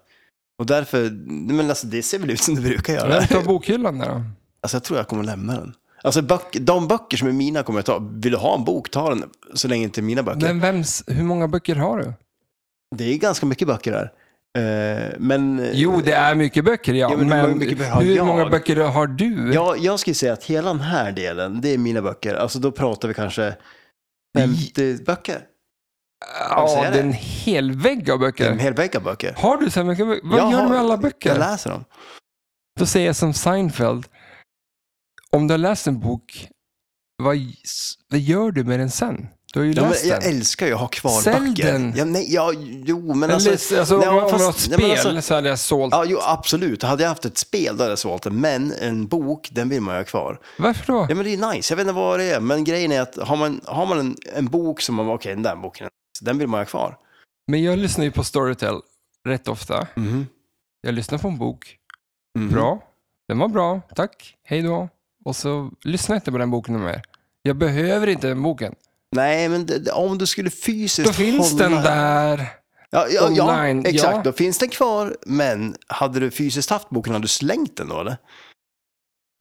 A: Och därför, nej, men alltså det ser väl ut som det brukar göra.
B: Vem tar bokhyllan där då?
A: Alltså jag tror jag kommer lämna den. Alltså böck, de böcker som är mina kommer jag ta. Vill du ha en bok, ta den. Så länge inte mina böcker.
B: Men vems, hur många böcker har du?
A: Det är ganska mycket böcker där. Eh, men eh,
B: Jo, det är mycket böcker, ja.
A: Ja, men
B: men
A: hur många mycket böcker har
B: hur
A: jag?
B: många böcker har du?
A: eh, jag, jag skulle säga att hela den här delen, det är mina böcker. Alltså då pratar vi kanske 50 böcker.
B: Ja,
A: jag säga
B: det är
A: det?
B: en hel vägg av
A: Det är
B: böcker.
A: En hel vägg av böcker.
B: Har du så här mycket böcker? Vad
A: Jag
B: gör du
A: har-
B: med alla
A: Jag
B: böcker?
A: läser dem.
B: Då säger jag som Seinfeld. Om du har läst en bok, vad, vad gör du med den sen? Du har ju
A: Ja, men
B: läst
A: jag
B: den.
A: älskar ju att ha kvar
B: Sälj
A: böcker.
B: den.
A: Ja, nej, ja, jo, men
B: Eller,
A: alltså...
B: alltså,
A: nej,
B: om man om man
A: fast-
B: har ett
A: nej, men
B: spel
A: alltså-
B: så hade jag sålt.
A: Ja, jo, absolut. Hade jag haft ett spel, då hade jag sålt det. Men en bok, den vill man ju ha kvar.
B: Varför då?
A: Ja, men det är nice. Jag vet inte vad det är. Men grejen är att har man, har man en, en bok som man, okej, den där boken, är nice, den vill man ha kvar.
B: Men jag lyssnar ju på Storytel rätt ofta. Jag lyssnar på en bok.
A: Mhm.
B: Mm-hmm. Bra. Den var bra. Tack. Hej då. Och så lyssnar jag inte på den boken någon mer. Jag behöver inte den boken.
A: Nej, men det, det- om du skulle fysiskt
B: Då finns
A: hålla-
B: den där.
A: Ja, ja, ja
B: online, ja.
A: exakt. Då finns den kvar. Men hade du fysiskt haft boken, hade du slängt den då, eller?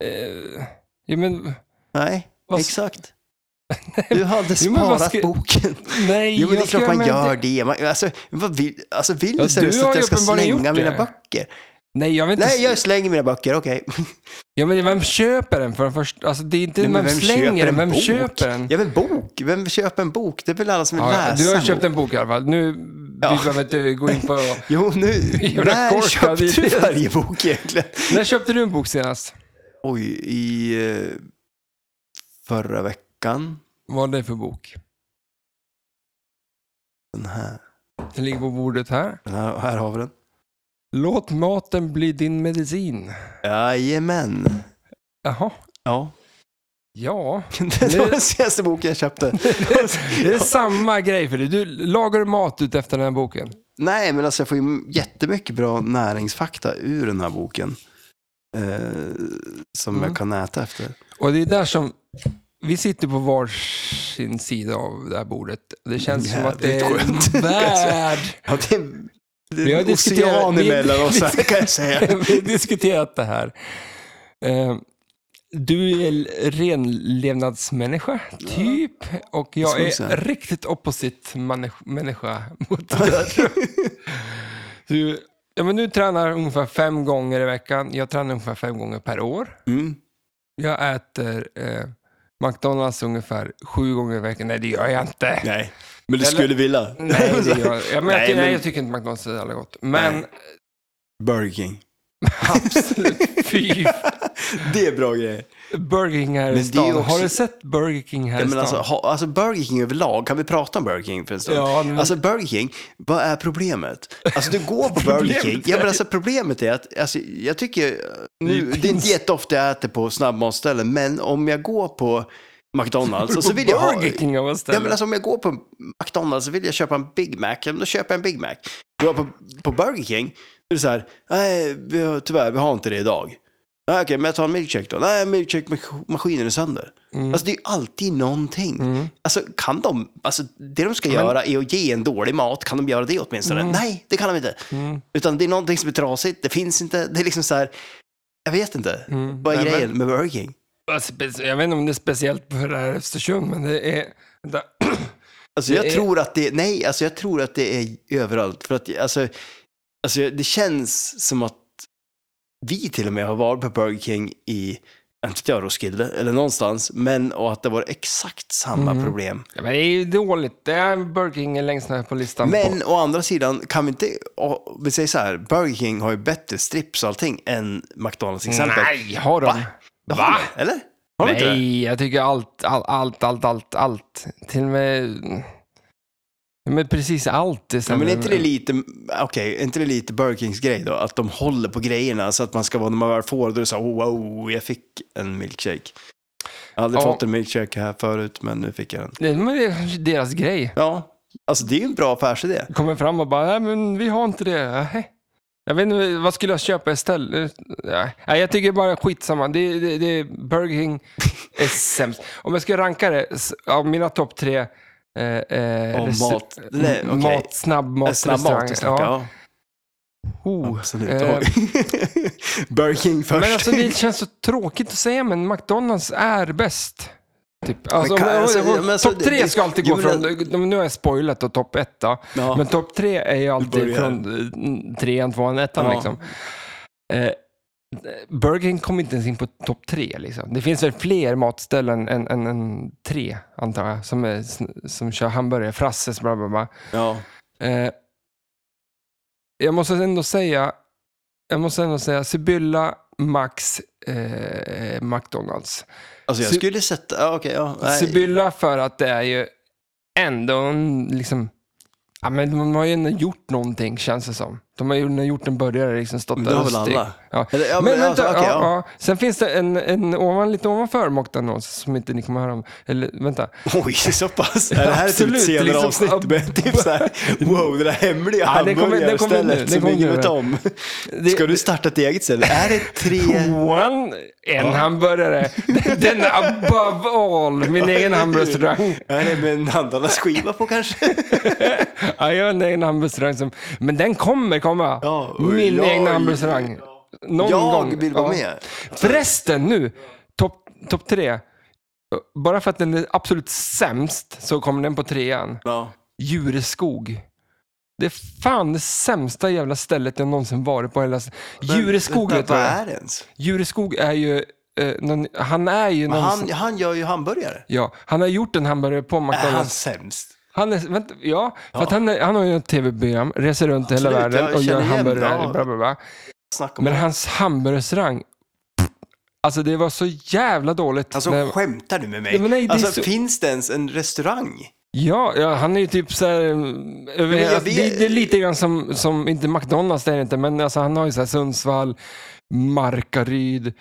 B: Eh, ja, men,
A: Nej,
B: Vad-
A: exakt. Du hade
B: Jo, men vad
A: sparat
B: ska-
A: boken.
B: nej,
A: Jo, men det är
B: jag ska
A: klart man
B: med-
A: gör det. Man, alltså, vad vill, alltså, vill
B: Ja,
A: du seriöst
B: du har
A: att
B: ju
A: jag ska
B: uppenbarligen
A: slänga
B: gjort
A: mina
B: det.
A: böcker?
B: Nej, jag vet inte.
A: Nej, jag slänger mina böcker, okej.
B: Ja, men vem köper den för den första? Alltså, det är inte
A: Nej, men
B: vem, slänger den, vem
A: bok?
B: köper den?
A: Ja, men bok. Vem köper en bok? Det är väl alla som vill
B: Ja,
A: läsa
B: du har
A: en
B: köpt
A: bok.
B: en bok i alla fall. Nu
A: Ja.
B: vi behöver inte gå in på...
A: Jo, nu...
B: Jävla
A: När
B: korkad
A: köpte du
B: idiot.
A: varje bok egentligen?
B: När köpte du en bok senast?
A: Oj, i... eh, Förra veckan.
B: Vad är det för bok?
A: Den här.
B: Den ligger på bordet här.
A: Den här, här har vi den.
B: Låt maten bli din medicin.
A: Jajamän.
B: Jaha.
A: Ja.
B: Ja,
A: Det var den senaste boken jag köpte.
B: det är samma grej för dig. Du lagar mat ut efter den här boken.
A: Nej, men alltså jag får ju jättemycket bra näringsfakta ur den här boken. Eh, som
B: Mm.
A: jag kan äta efter.
B: Och det är där som... Vi sitter på varsin sida av det här bordet. Det känns som att det är
A: Jävligt skönt,
B: en
A: kan jag säga.
B: värld.
A: Ja, det är,
B: Vi
A: det
B: har
A: är en
B: diskuterat-
A: ocean
B: vi-
A: emellan oss här, kan jag säga.
B: Vi har diskuterat det här. Eh, Du är l- renlevnadsmänniska, typ. Och jag
A: Ska vi se.
B: är riktigt opposit manne- människa mot det där. du, ja, men du tränar ungefär fem gånger i veckan. Jag tränar ungefär fem gånger per år.
A: Mm.
B: Jag äter eh, McDonalds ungefär sju gånger i veckan. Nej, det gör jag inte.
A: Nej, men du
B: Eller-
A: skulle vilja.
B: Nej, det gör jag. Ja, men
A: Nej,
B: jag,
A: men-
B: nej, jag tycker inte McDonalds är jävla gott. Men
A: Burger King.
B: Absolut. Fy.
A: Det är bra grejer.
B: Burger King här
A: det är
B: i stan.
A: också-
B: Har du sett Burger King här
A: Ja,
B: i
A: men
B: stan?
A: alltså, ha, alltså Burger King överlag, kan vi prata om Burger King för en stund?
B: Ja, men-
A: Alltså Burger King, vad är problemet? Alltså du går på Burger King,
B: Problemet
A: ja, men
B: är-
A: alltså, problemet är att alltså, jag tycker, eh,
B: Det är
A: nu,
B: ju
A: det är inte
B: pinsamt.
A: jätteofta jag äter på snabbmatsställen, men om jag går på McDonalds och så
B: På
A: vill jag ha...
B: Burger King av alla
A: Ja,
B: ställen.
A: men alltså, om jag går på McDonalds så vill jag köpa en Big Mac, ja, men då köper jag en Big Mac. Går jag på, på Burger King, då är det så här, nej vi har, tyvärr, vi har inte det idag. "Nej, Okej, men jag tar en milkshake då. Nej, milkshake-maskinen är sönder.
B: Mm.
A: Alltså det är ju alltid någonting. Alltså kan de, alltså det de ska göra är att ge en dålig mat, kan de göra det åtminstone?
B: Mm.
A: Nej, det kan de inte. Utan det är någonting som är trasigt, det finns inte, det är liksom så här, jag vet inte. Vad är
B: Mm. Nej, men-
A: grejen med Burger King?
B: Alltså, spec- jag vet inte om det är speciellt för det här Östersund, men det är... Vänta.
A: Alltså
B: Det
A: jag
B: är-
A: tror att det, nej, alltså jag tror att det är överallt. För att alltså, alltså det känns som att vi till och med har varit på Burger King i, jag vet inte jag, Roskilde eller någonstans, men och att det var exakt samma
B: Mm.
A: problem.
B: Ja, men det är ju dåligt. Det är Burger King är längst ner på listan. På. Mm,
A: Men å andra sidan kan vi inte, och, vi säger så här, Burger King har ju bättre strips och allting än McDonalds till exempel.
B: Nej, har de?
A: Va? Det har
B: Va?
A: de, Eller? Har de inte det?
B: Nej, jag tycker allt, all, allt, allt, allt, allt. Till och med... Ja, Men precis allt är
A: Ja,
B: sämre.
A: men är inte det lite, okej, är inte det lite Burger Kings grej då? Att de håller på grejerna så att man ska vara, när man väl får det, då är det så här, "Oh, wow, jag fick en milkshake. Jag har aldrig
B: Ja.
A: fått en milkshake här förut, men nu fick jag den.
B: Det är väl kanske deras grej.
A: Ja, alltså det är ju en bra affärsidé.
B: Kommer fram och bara, nej men vi har inte det. Nej. Jag vet inte, vad skulle jag köpa istället? Nej, Nej, jag tycker bara skitsamma. Det, det, det, Burger King är sämst. Om jag ska ranka det, s- av mina topp tre... Eh, eh,
A: Om
B: restau-
A: mat- nej, okej.
B: mat, snabbmat,
A: Snabbmat, vi snackar, ja.
B: Oh.
A: Absolut.
B: Eh,
A: Oj. Burger King först.
B: Men alltså det känns så tråkigt att säga, men McDonalds är bäst. Typ. Alltså,
A: kan-
B: om- om-
A: alltså,
B: om-
A: men alltså,
B: topp
A: det-
B: tre
A: det-
B: ska alltid
A: jo,
B: gå från,
A: men-
B: nu har jag spoilat och topp ett då.
A: Ja.
B: Men topp tre är ju alltid
A: börjar.
B: från eh, trean, tvåan, ettan
A: Ja.
B: liksom. Eh, Burger King kom inte ens in på topp tre liksom. Det finns väl fler matställen än, än, än tre, antar jag, som, är, som kör hamburgare. Frasses, bla bla bla.
A: ja.
B: Eh, jag måste ändå säga, jag måste ändå säga Sibylla, Max, eh, McDonalds.
A: Alltså jag
B: Sy-
A: skulle sätta, ja, okej, ja. Nej.
B: Sibylla för att det är ju ändå en, liksom, ja men de har ju ändå gjort någonting känns det som. De har ju ändå gjort en burgare, liksom stått
A: Men
B: där
A: det har
B: och
A: väl
B: stekt.
A: alla?
B: Ja.
A: Eller, ja,
B: men,
A: men
B: vänta,
A: alltså, okej,
B: ja,
A: ja.
B: ja. sen finns det en, en ovan, lite ovanför McDonalds som inte ni kommer höra om. Eller vänta.
A: Oj, så pass. Det här är typ
B: Absolut,
A: ett senare
B: liksom.
A: avsnitt med typ så här, wow, det där hemliga
B: Ja, det kommer- det kommer nu,
A: hamburgarstället
B: det
A: som
B: kommer
A: ingen
B: nu.
A: vet om.
B: Det-
A: Ska du starta ett eget ställe? Är det tre...
B: One, en hamburgare. Den är above all, min egen hamburgerrestaurang.
A: Är det med en Nandalas skiva på kanske?
B: Ja, jag har en egen hamburgerrestaurang som... Men den kommer komma.
A: Ja, och
B: min
A: jag-
B: egen hamburgerrestaurang. Någon gång.
A: Jag vill vara
B: Ja.
A: med.
B: Förresten nu, topp top tre. Bara för att den är absolut sämst så kommer den på trean.
A: Ja.
B: Djureskog. Det är fan det sämsta jävla stället jag någonsin varit på. Hela... Djureskog
A: Vänta,
B: vet du vad
A: Vad
B: det är?
A: är det ens?
B: Djureskog är ju... Eh, någon, han är ju någon...
A: Han, han gör ju hamburgare.
B: Ja, han har gjort en hamburgare på
A: Är han
B: McDonalds.
A: sämst?
B: Han är, vänta, ja, för att han, är, han har ju ett tv-program, reser runt i hela
A: Absolut,
B: världen
A: jag
B: och gör
A: känner igen
B: hamburgare.
A: det.
B: Bla, bla, bla.
A: Snacka om
B: Men
A: det.
B: hans hamburgerrestaurang, alltså det var så jävla dåligt.
A: Alltså
B: Nej,
A: skämtar du med mig?
B: Ja, men nej, det är
A: alltså
B: så-
A: finns det ens en restaurang?
B: ja, ja, han är ju typ så här, över,
A: jag
B: alltså, det,
A: vet-
B: det är lite grann som, som, inte McDonalds det är det inte, men alltså, han har ju så här Sundsvall, Markaryd,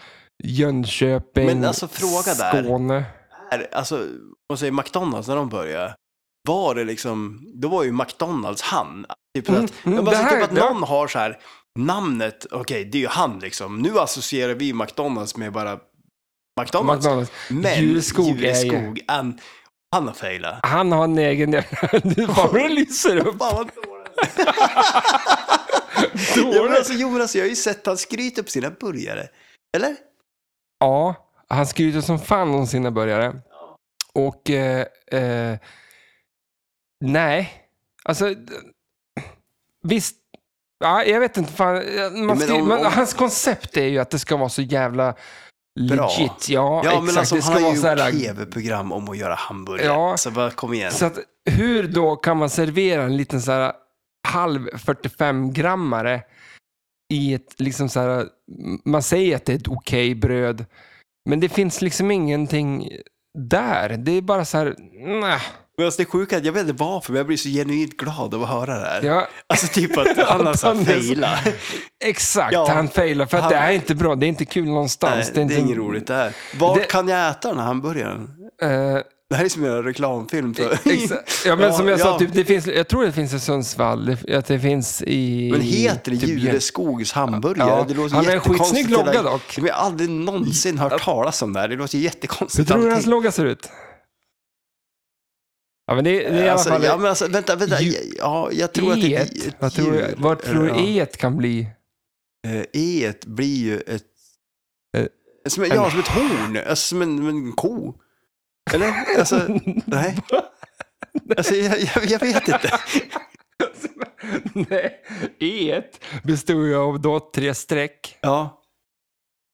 B: Jönköping,
A: Men alltså, fråga där.
B: Skåne.
A: Är, alltså, vad säger McDonalds när de började? Var det liksom, då var ju McDonalds han. Typ
B: Mm,
A: att,
B: mm,
A: jag bara,
B: det
A: så
B: här-
A: typ att
B: det-
A: någon har så här, namnet, okej det är ju han liksom. Nu associerar vi McDonalds med bara McDonalds.
B: McDonalds.
A: Men alltså-
B: Djureskog
A: Djureskog,
B: är ju-
A: han, han har failat.
B: Han har en egen jävla... Du bara lyser upp.
A: Fan vad dåligt. Ja, men alltså, Jonas, jag har ju sett han skryter på sina burgare. Eller?
B: Ja, han skryter som fan om sina burgare. Och eh, eh, nej, alltså d- visst. Ja, jag vet inte, fan, eh, man
A: men
B: skry-
A: om-
B: man,
A: om-
B: hans koncept är ju att det ska vara så jävla
A: Bra.
B: legit. Ja,
A: Ja,
B: exakt.
A: men alltså,
B: det ska
A: han har
B: vara
A: ju
B: så här,
A: gjort tv-program om att göra hamburgare.
B: Ja.
A: Så bara, kom igen.
B: så att, hur då kan man servera en liten så här halv 45 grammare i ett, liksom så här, man säger att det är ett okej bröd, men det finns liksom ingenting där. Det är bara så här, nej.
A: Men alltså det sjuka är att jag vet inte varför, men jag blir så genuint glad av att höra det här.
B: Ja,
A: Alltså typ att alla så
B: han är
A: här
B: så-
A: failar.
B: exakt,
A: Ja.
B: han failar för att
A: Han-
B: det är inte bra, det är inte kul någonstans.
A: Nej, det är inget roligt det här. Var
B: Det-
A: kan jag äta den här hamburgaren?
B: Eh,
A: Det här är som en reklamfilm för...
B: Exakt. Ja, men
A: Ja,
B: som jag sa,
A: ja.
B: typ, det finns, jag tror det finns i Sundsvall, det, att det finns i...
A: Men heter det
B: typ,
A: Jureskogs hamburgare?
B: Ja,
A: Det låter
B: han har en
A: jättekonstigt
B: skitsnygg
A: det där.
B: logga dock.
A: Men Jag har aldrig någonsin hört talas om det här. Det låter
B: Hur
A: jättekonstigt.
B: tror du hans
A: allting.
B: logga ser ut? Ja, men det, det är i alla
A: alltså,
B: fall...
A: ja, men alltså, vänta, vänta.
B: Ju-
A: Ja, jag tror att det är
B: Eet.
A: ett
B: Vad tror,
A: djur.
B: vad tror
A: Ja.
B: du et kan bli?
A: Eh, Eet blir ju ett...
B: Eh,
A: Som,
B: en-
A: ja, som ett horn. Alltså som en, en ko. Eller? Alltså, nej. Alltså, jag, jag, jag vet inte.
B: Nej, et bestod ju av då tre streck,
A: Ja,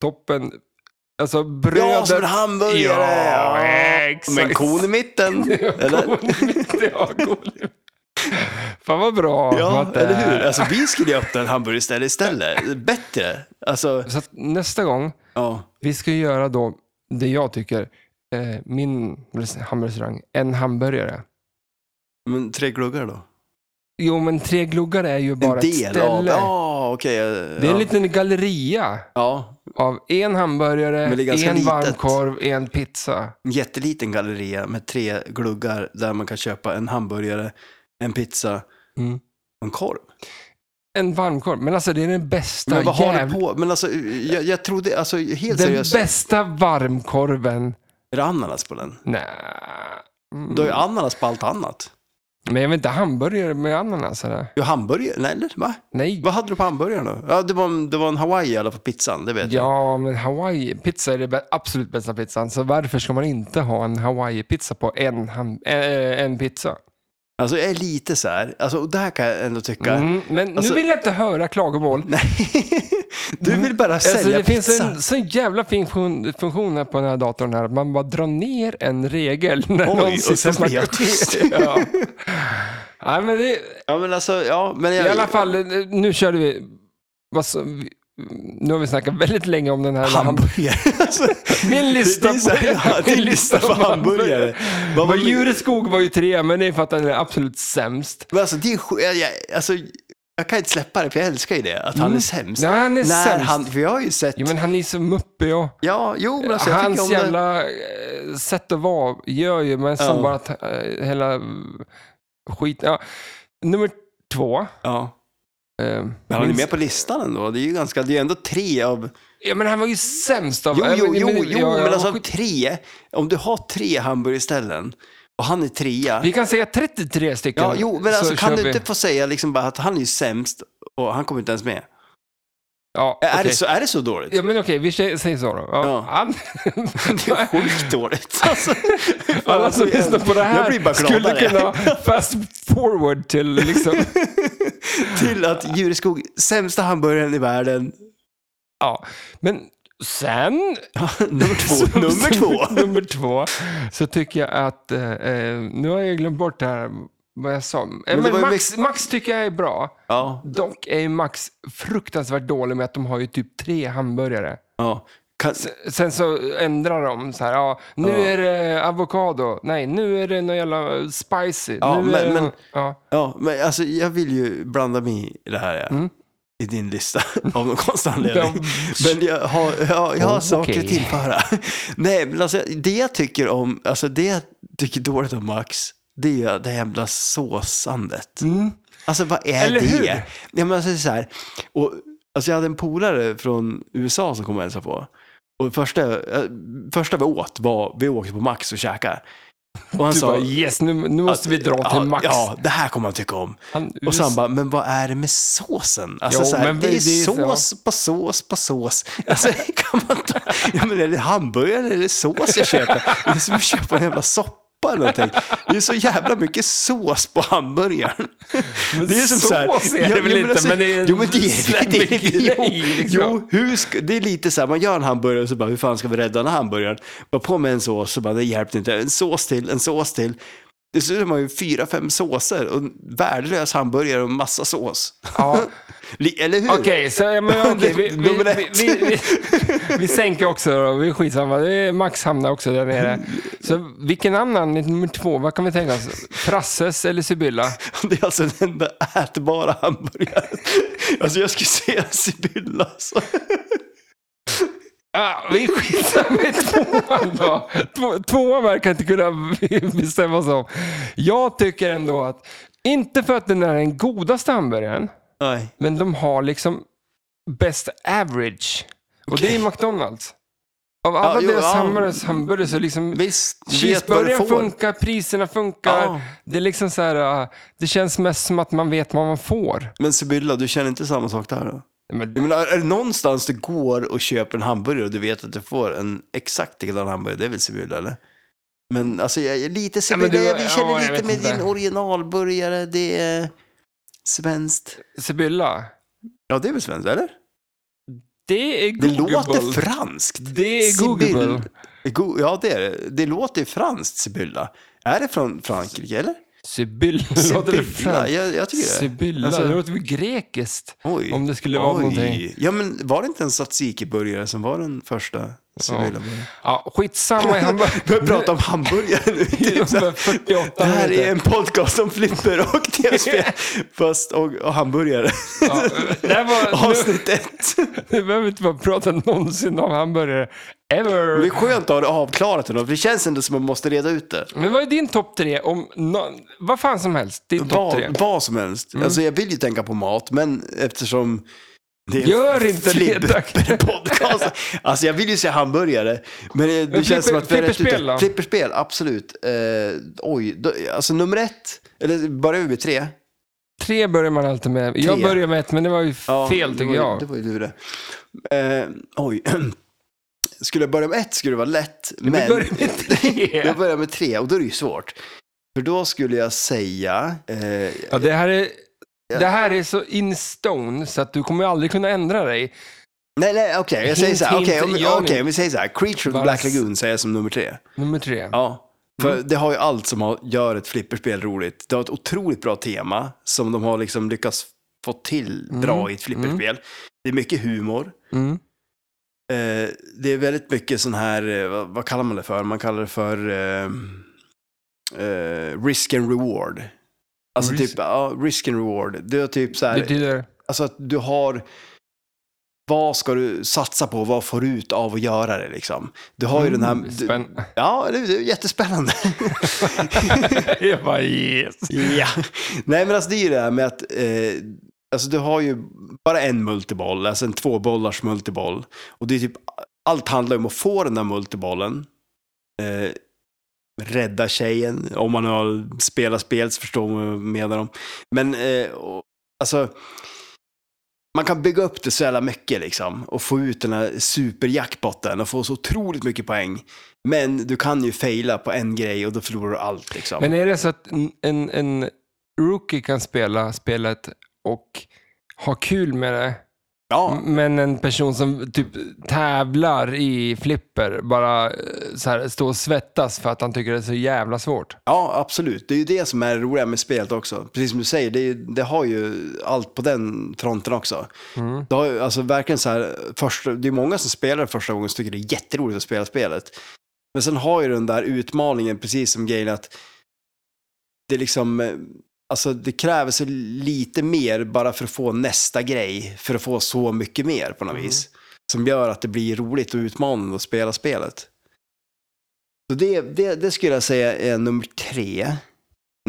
B: toppen, alltså
A: ja som en
B: brödet.
A: hamburgare.
B: Ja, exakt.
A: Men kon i mitten. eller?
B: Eller? Fan vad bra.
A: Ja,
B: att det
A: eller hur?
B: är.
A: Alltså, vi skulle ju öppna en hamburgerställe istället. Bättre. Alltså,
B: Så att nästa gång,
A: ja.
B: vi ska göra då det jag tycker, eh, min res- hamburgerrestaurang, en hamburgare.
A: Men tre gluggar då?
B: Jo, men Tre gluggar är ju bara
A: en
B: ett
A: del
B: ställe.
A: av? Ja, okej. eh,
B: Det är
A: ja.
B: en liten galleria
A: Ja,
B: av en hamburgare,
A: Men det är ganska
B: en
A: litet.
B: varmkorv, en pizza.
A: en jätteliten galleria med tre gluggar där man kan köpa en hamburgare, en pizza
B: Mm.
A: och en korv.
B: En varmkorv. Men alltså det är den bästa
A: Men vad har du
B: jävla-
A: på? Men alltså, jag, jag trodde, alltså helt
B: Den
A: seriöst,
B: bästa varmkorven.
A: är det ananas på den?
B: Nej. Mm.
A: Du har ju ananas på allt annat.
B: Men jag vill inte hamburgare med ananas eller?
A: Du har hamburgare? Nej, eller? Va?
B: Nej.
A: Vad hade du på hamburgaren då? Ja, det var en, det var en hawaii i alla fall, pizzan, det vet jag.
B: Ja, men Hawaii-pizza är det bä- absolut bästa pizzan. Så varför ska man inte ha en Hawaii-pizza på en, ham- äh, en pizza?
A: Alltså jag är lite så här, alltså, och det här kan jag ändå tycka,
B: Mm, men
A: Alltså-
B: nu vill jag inte höra klagomål.
A: nej, du vill bara sälja
B: Alltså, det
A: pizza.
B: finns en så jävla fin fun- funktion här på den här datorn här. att Man bara drar ner en regel när
A: Oj,
B: någon
A: och
B: sitter
A: sen
B: och
A: blir jag
B: snackar
A: tyst.
B: skit. ja. Nej, men det,
A: Ja, men alltså, ja, men jag,
B: I alla fall, eh, nu körde vi... Vad så, vi nu har vi snackat väldigt länge om den här hamburgaren.
A: hamburgare. Alltså,
B: Min lista
A: det är så här, ja,
B: på-
A: det är en lista på hamburgare. Vad var
B: Vad Jureskog var ju tre, men det är för att den är absolut sämst.
A: Men alltså, det är sj- jag, jag, alltså, jag kan inte släppa det, för jag älskar ju det, att han är sämst.
B: Nej, han Mm. är
A: När
B: sämst.
A: han, för jag har ju sett,
B: Jo, men han är så muppig och...
A: ja, jo, men alltså, jag tycker om
B: Hans
A: det.
B: jävla eh, sätt att vara gör ju men som
A: Ja.
B: bara att eh, hela mm, skit... Ja. Nummer två.
A: Ja.
B: eh,
A: Men han är
B: minst-
A: med på listan ändå, det är ju ganska, det är ändå tre av
B: Ja, men han var ju sämst av...
A: Jo,
B: Ja,
A: jo,
B: men-
A: jo,
B: men-
A: jo,
B: ja, ja,
A: men alltså
B: skit-
A: tre, om du har tre hamburgerställen och han är trea.
B: Vi kan säga 33 stycken.
A: Ja, jo, men
B: så
A: alltså kan
B: kör
A: du
B: vi.
A: inte få säga liksom bara att han är ju sämst och han kommer inte ens med?
B: Ja,
A: Är,
B: okej.
A: det, så, är det så dåligt?
B: Ja, men okej, vi säger säger så då. Ja.
A: Ja.
B: Han,
A: Det är sjukt dåligt. Alltså,
B: alla som lyssnar på det
A: Jag blir
B: här
A: bara
B: skulle
A: gladare.
B: kunna fast forward till liksom...
A: Till att Jureskog, sämsta hamburgaren i världen,
B: Ja, men sen...
A: nummer två. nummer två.
B: nummer två. Så tycker jag att... eh, Eh, nu har jag glömt bort det här, vad jag sa. Eh,
A: det
B: Men
A: var ju
B: Max, Max tycker jag är bra.
A: Ja,
B: Dock är ju Max fruktansvärt dålig med att de har ju typ tre hamburgare.
A: ja. Kan,
B: Sen så ändrar de så här, ja, nu
A: Ja.
B: är det avokado, nej, nu är det någon jävla eh, spicy.
A: Ja,
B: nu är
A: men-
B: det,
A: men-
B: ja.
A: ja, men alltså jag vill ju blanda mig i det här. Ja.
B: Mm.
A: I din lista, av någon konstig anledning.
B: De-
A: Men jag har, jag, jag har
B: Okej.
A: saker att tillföra. Nej, men alltså det jag tycker om, alltså det jag tycker dåligt om Max, det är ju det jävla såsandet.
B: Mm.
A: Alltså vad är
B: Eller
A: det?
B: hur?
A: Ja, men alltså, det är så här, och, alltså jag hade en polare från USA som kom och hälsade på. Och det första, eh, första vi åt var, vi åkte på Max och käkade. Och han
B: Du
A: sa,
B: bara, yes, nu, nu måste vi dra till
A: ja,
B: Max.
A: Ja, det här kommer han tycka om.
B: Han,
A: Och så han bara, men vad är det med såsen? Alltså
B: Jo,
A: så här,
B: men
A: det är
B: det är så.
A: sås på sås på sås. Alltså kan man ta, ja men är det hamburgare eller sås jag köper? Det är som att köpa en jävla soppa eller någonting. Det är så jävla mycket sås på hamburgaren.
B: men
A: Det är som
B: så
A: så här,
B: är det väl inte, men det är
A: Jo men det är,
B: släng
A: det
B: mycket
A: är
B: grej,
A: jo,
B: liksom.
A: jo, hur ska, det är lite så här, man gör en hamburgare och så bara, hur fan ska vi rädda den här hamburgaren? Bara på med en sås, så bara, det hjälpte inte. En sås till, en sås till. Dessutom har jag ju fyra, fem såser och en värdelös hamburgare och massa sås.
B: Ja.
A: Li- Eller hur?
B: Okej, så, ja, men, okej, vi, vi,
A: Nummer
B: vi,
A: ett.
B: vi, vi, vi sänker också då. Vi är skitsamma. Det är Max hamnar också där nere. Så vilken annan, nummer två, vad kan vi tänka oss? Frasses eller Sibylla?
A: Det är alltså den enda ätbara hamburgaren. Alltså jag skulle säga Sibylla. Alltså. Ah,
B: Ja, vi skiter med tvåan då. Två- Tvåan verkar inte kunna bestämma oss om. Jag tycker ändå att, inte för att den är den godaste hamburgaren,
A: Nej.
B: men de har liksom best average. Och det är McDonalds. Av alla
A: jo,
B: deras
A: ja.
B: hamburgare, hamburgare så liksom...
A: Visst, du vet vad du
B: Cheeseburgaren
A: får.
B: funkar, priserna funkar.
A: Ja.
B: Det är liksom så här, äh, det känns mest som att man vet vad man får.
A: Men Sibylla, du känner inte samma sak där då?
B: Men,
A: Jag menar, är det någonstans du går och köper en hamburgare och du vet att du får en exakt likadan hamburgare, det är väl Sibylla eller? Men alltså jag är lite
B: Ja, men
A: Sibylla,
B: du-
A: jag känner
B: ja, jag
A: lite
B: vet
A: med
B: inte.
A: din originalburgare, det är svenskt.
B: Sibylla,
A: Ja, det är väl svenskt, eller?
B: det är
A: Det
B: Google.
A: låter franskt.
B: Det är Google.
A: Sibyl- Go- Ja, det är det. Det låter ju franskt, Sibylla. Är det från Frankrike, eller?
B: Sibylla. låter det
A: Sibylla,
B: franskt?
A: jag, jag tycker det.
B: Sibylla,
A: Alltså-
B: det låter väl grekiskt?
A: Oj.
B: Om det skulle vara
A: Oj.
B: någonting.
A: Ja, men var det inte en tzatziki-burgare som var den första Sibylla-burgaren?
B: Ja, skitsamma i
A: Vi börjar
B: hamburgare.
A: prata om hamburgare nu. typ så här.
B: 48
A: Det här
B: minuter.
A: är en podcast om flipper och tv-spel, fast och, och hamburgare.
B: Ja, det här var, nu,
A: Avsnitt ett.
B: nu behöver vi inte bara prata någonsin om hamburgare. Ever.
A: Det är skönt att ha det avklarat ändå, för det känns ändå som man måste reda ut det.
B: Men vad är din topp tre? Om nå- vad fan som helst, din topp tre.
A: Vad, vad som helst. Alltså jag vill ju tänka på mat, men eftersom det är
B: Gör inte
A: flipper-
B: det, tack.
A: podcast. Alltså jag vill ju säga hamburgare, men det, det känns som att vi har rätt ut det.
B: flipperspel då?
A: Flipperspel, absolut. Eh, oj, då, alltså nummer ett, eller börjar vi med tre?
B: Tre börjar man alltid med. Jag
A: Tre.
B: börjar med ett, men det var ju
A: Ja,
B: fel
A: det
B: tycker
A: var, ju- Det
B: jag.
A: var ju du det. Eh, oj. Skulle jag börja med ett skulle det vara lätt, men...
B: Vi börjar med
A: Jag
B: tre.
A: börjar med tre och då är det ju svårt. För då skulle jag säga... Eh,
B: Ja, det, här är, det här är så in stone så att du kommer aldrig kunna ändra dig.
A: nej, nej, okej, jag
B: Hint,
A: säger så här.
B: hint,
A: Okej, om,
B: gör ni-
A: okej, om vi säger så här. Creature of the
B: Bara
A: Black
B: s-
A: Lagoon säger jag som nummer tre.
B: Nummer tre.
A: Ja. För
B: Mm.
A: det har ju allt som har, gör ett flipperspel roligt. Det har ett otroligt bra tema som de har liksom lyckats få till bra i ett flipperspel. Det är mycket humor.
B: Mm.
A: Eh, det är väldigt mycket sån här, eh, vad, vad kallar man det för? Man kallar det för eh, eh, risk and reward. Alltså
B: Risk-
A: typ, ja, risk and reward. Det är typ så
B: Det
A: här,
B: betyder...
A: alltså att du har, vad ska du satsa på? Vad får du ut av att göra det liksom? Du har ju den här... du-
B: Mm, Spänn...
A: Ja, det är det är jättespännande.
B: jag bara yes.
A: ja. Nej, men alltså det är ju det här med att eh, alltså, du har ju bara en multiboll, alltså en tvåbollars multiboll. Och det är typ, allt handlar ju om att få den där multibollen. Eh, rädda tjejen, om man har spelat spel så förstår man vad jag menar om. Men eh, och, alltså, man kan bygga upp det så jävla mycket liksom och få ut den här superjackpotten och få så otroligt mycket poäng. Men du kan ju faila på en grej och då förlorar du allt liksom.
B: Men är det så att en, en, en rookie kan spela spelet och ha kul med det,
A: ja.
B: Men en person som typ tävlar i flipper, bara eh, så här, står och svettas för att han tycker det är så jävla svårt.
A: Ja, absolut. Det är ju det som är det roliga med spelet också. Precis som du säger, det, är, ju- det har ju allt på den fronten också.
B: Mm.
A: Det har ju, alltså verkligen så här, första, det är många som spelar första gången som tycker det är jätteroligt att spela spelet. Men sen har ju den där utmaningen, precis som grejen att det är liksom, eh, alltså det krävs ju lite mer bara för att få nästa grej, för att få så mycket mer på något
B: Mm.
A: vis. Som gör att det blir roligt och utmanande att spela spelet. Så det, det, det skulle jag säga är nummer tre.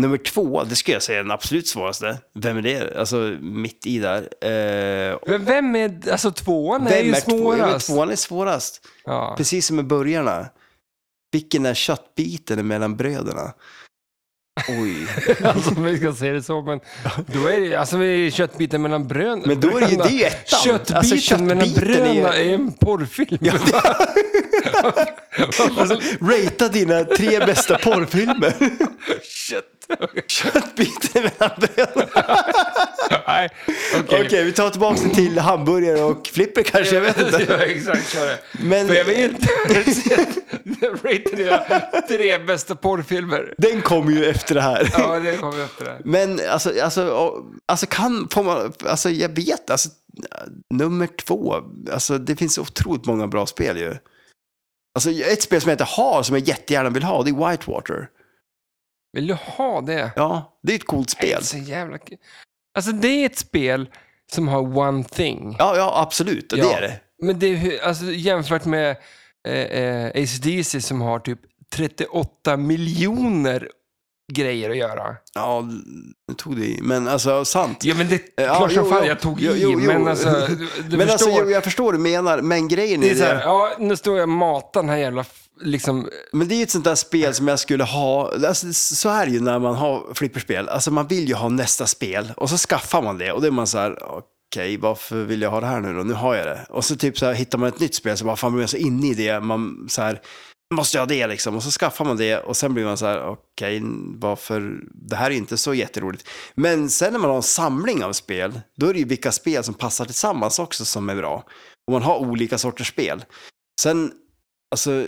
A: Nummer två, det skulle jag säga är den absolut svåraste. Vem är det? Alltså mitt i där. Eh,
B: Men vem är, alltså tvåan är
A: vem
B: ju
A: är två- ja, men
B: svårast.
A: Tvåan är svårast.
B: Ja.
A: Precis som med burgarna. Vilken är köttbiten mellan bröderna? Oj.
B: Alltså om vi ska säga det så, men då är det, alltså vi är köttbiten mellan brön.
A: Men då är det ju det är ju ettan.
B: Köttbiten,
A: Alltså,
B: mellan
A: köttbiten är ju-
B: bröna är, en porrfilm.
A: Alltså, ratea dina tre bästa porrfilmer.
B: Kött.
A: Köttbiten med hamburgaren.
B: Nej, okej.
A: Okej, vi tar tillbaka det till hamburgare och flipper kanske. Jag vet inte.
B: Ja, exakt så är det.
A: Men-
B: För jag vill inte rate dina tre bästa porrfilmer.
A: Den kom ju efter det här.
B: Ja, det kommer efter det.
A: Men alltså, alltså, och- alltså kan, får man, alltså jag vet, alltså nummer två, alltså det finns otroligt många bra spel ju. Alltså ett spel som jag inte har, som jag jättegärna vill ha, det är Whitewater.
B: Vill du ha det?
A: Ja, det är ett coolt
B: Det är
A: spel.
B: så jävla kul. Alltså det är ett spel som har one thing.
A: Ja, ja, absolut, och det
B: Ja.
A: är det.
B: Men det är hur- alltså, jämfört med eh, eh, ACDC som har typ 38 miljoner grejer att göra.
A: Ja, nu tog det i, men alltså sant.
B: Ja men det är
A: Ja,
B: klart som
A: jo,
B: fan
A: jo.
B: jag tog
A: Jo,
B: i,
A: jo, jo.
B: men alltså du, du
A: men
B: förstår.
A: alltså jag, jag förstår vad du menar, men grejen är,
B: det är så här,
A: det-
B: ja nu står jag och matar den här jävla f- liksom
A: Men det är ju ett sånt där spel som jag skulle ha. Alltså, så är det ju när man har flipperspel. Alltså man vill ju ha nästa spel och så skaffar man det och då är man så här, okej varför vill jag ha det här nu då? Nu har jag det. Och så typ så här, hittar man ett nytt spel så bara, fan blir man så inne i det. Man så här, måste jag ha det liksom? Och så skaffar man det och sen blir man så här, okej varför? Det här är ju inte så jätteroligt. Men sen när man har en samling av spel, då är det ju vilka spel som passar tillsammans också som är bra. Och man har olika sorters spel. Sen, alltså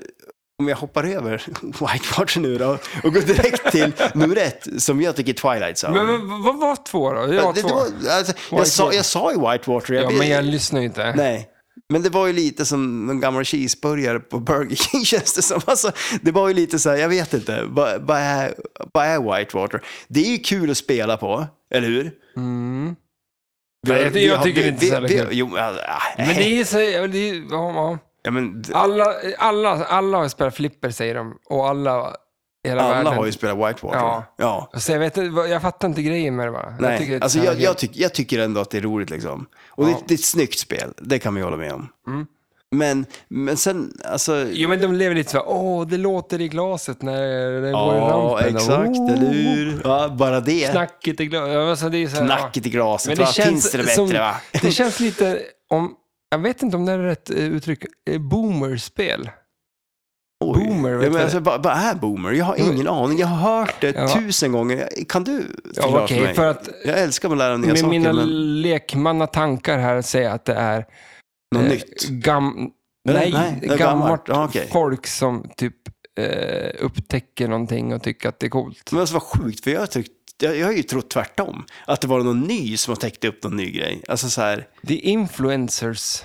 A: om jag hoppar över Whitewater nu då och går direkt till nummer ett som jag tycker är Twilight Zone.
B: Men, vad- vad var två då? Jag har
A: det,
B: två.
A: det var, alltså, jag, sa, jag sa ju Whitewater. Jag
B: Ja,
A: vet-
B: men jag lyssnar ju inte.
A: Nej. Men det var ju lite som någon gammal cheeseburgare på Burger King känns det som. Alltså, det var ju lite så här, jag vet inte, vad vad är, vad är Whitewater? Det är ju kul att spela på, eller hur?
B: Mm. Nej, jag- jag tycker det är inte så jävla kul.
A: Jo, alltså,
B: Men det är så, ja, det är, ja, ja.
A: ja, men, d-
B: Alla, alla, alla har spelat flipper säger de och alla i hela
A: alla
B: världen.
A: har ju spelat Whitewater.
B: Ja.
A: ja.
B: Så jag, vet, inte vad- jag fattar inte grejen med det bara.
A: Nej,
B: jag tycker det är
A: alltså
B: så
A: jag,
B: jävla
A: jag,
B: kul.
A: tyck, jag tycker ändå att det är roligt liksom. Och
B: Ja.
A: det, det är ett snyggt spel, det kan vi hålla med om.
B: Mm.
A: Men, men sen, alltså...
B: Jo men de lever lite så här, åh det låter i glaset när det går i
A: Ja,
B: rampen.
A: exakt,
B: Åh,
A: eller hur? Ja, bara det.
B: Knacket i glaset. Alltså, det är så här, ja.
A: Knacket i glaset,
B: Men
A: va?
B: det
A: Finns
B: känns,
A: det bättre
B: som,
A: va?
B: det känns lite om, jag vet inte om det är rätt eh, uttryck, eh, boomerspel.
A: Oj.
B: boomer, vet
A: ja, men
B: du.
A: alltså, vad, vad är boomer? Jag har
B: Jo, men-
A: ingen aning. Jag har hört det
B: Ja.
A: tusen gånger. Kan du förklara
B: Ja,
A: för
B: okej,
A: mig?
B: för att
A: Jag älskar att lära mig nya
B: med
A: saker,
B: mina
A: men
B: lekmanna tankar här säger jag att det är
A: något
B: eh,
A: nytt.
B: Gam,
A: Eller?
B: nej,
A: Nej, det är
B: gammalt,
A: gammalt. Ja, okej.
B: folk som typ eh, upptäcker någonting och tycker att det är coolt.
A: Men alltså vad sjukt, för jag har, tyckt, jag, jag har ju trott tvärtom. Att det var någon ny som har täckt upp någon ny grej. Alltså så här,
B: Det är influencers.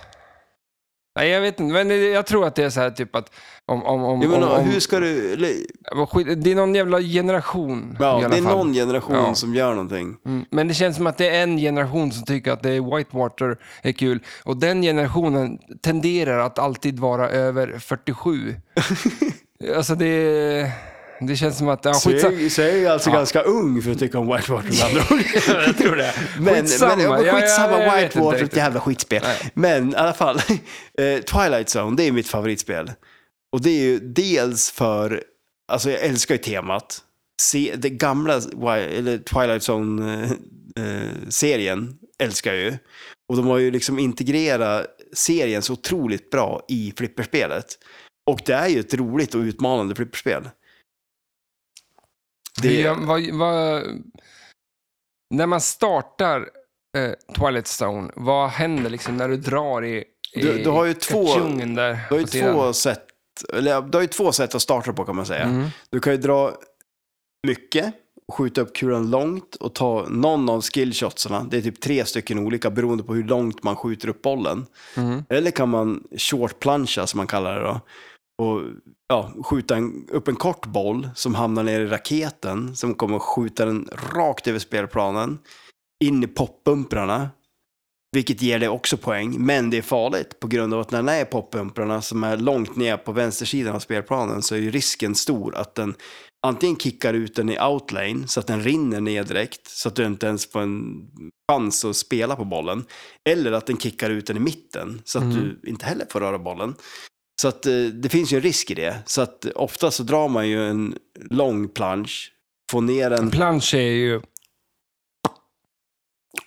B: Nej, jag vet inte, men det- jag tror att det är så här typ att om... om, om,
A: jag
B: om,
A: menar,
B: om
A: hur ska du... eller-
B: vad skit- Det är någon jävla generation i
A: Ja,
B: alla
A: det är
B: fall.
A: någon generation
B: Ja.
A: som gör någonting.
B: Mm. Men det känns som att det är en generation som tycker att det är Whitewater är kul. Och den generationen tenderar att alltid vara över 47. alltså det, det känns som att... Ja,
A: Så
B: skitsa-
A: jag, är- så jag är ju alltså
B: Ja.
A: ganska ung för att tycka om Whitewater med andra ord. jag tror det. Men,
B: Skitsamma.
A: men, ja,
B: Ja, ja,
A: men skitsamma,
B: jag vet inte
A: Whitewater är ett
B: riktigt.
A: jävla skitspel.
B: Nej.
A: Men i alla fall, eh, Twilight Zone, det är mitt favoritspel. Och det är ju dels för, alltså jag älskar ju temat. Se, det gamla Wi- eller Twilight Zone-serien älskar jag ju. Och de har ju liksom integrerat serien så otroligt bra i flipperspelet. Och det är ju ett roligt och utmanande flipperspel.
B: Hur gör- vad, vad, när man startar eh, Twilight Stone, vad händer liksom när du drar i, i
A: Du- du har ju två-
B: kachungen där
A: Du har ju
B: på sidan?
A: två sätt, eller, ja, du har ju två sätt att starta på kan man säga.
B: Mm.
A: Du kan ju dra mycket, skjuta upp kulan långt och ta någon av skillshotsarna. Det är typ tre stycken olika beroende på hur långt man skjuter upp bollen.
B: Mm.
A: Eller kan man short plancha som man kallar det då. Och ja, skjuta en, upp en kort boll som hamnar ner i raketen som kommer att skjuta den rakt över spelplanen. In i poppumprarna. Vilket ger dig också poäng, men det är farligt på grund av att när den är i poppumprarna som är långt ner på vänstersidan av spelplanen så är ju risken stor att den antingen kickar ut den i outlane så att den rinner ner direkt så att du inte ens får en chans att spela på bollen. Eller att den kickar ut den i mitten så att
B: Mm.
A: du inte heller får röra bollen. Så att eh, det finns ju en risk i det. Så att eh, ofta så drar man ju en lång plansch, får ner den
B: Planche är ju...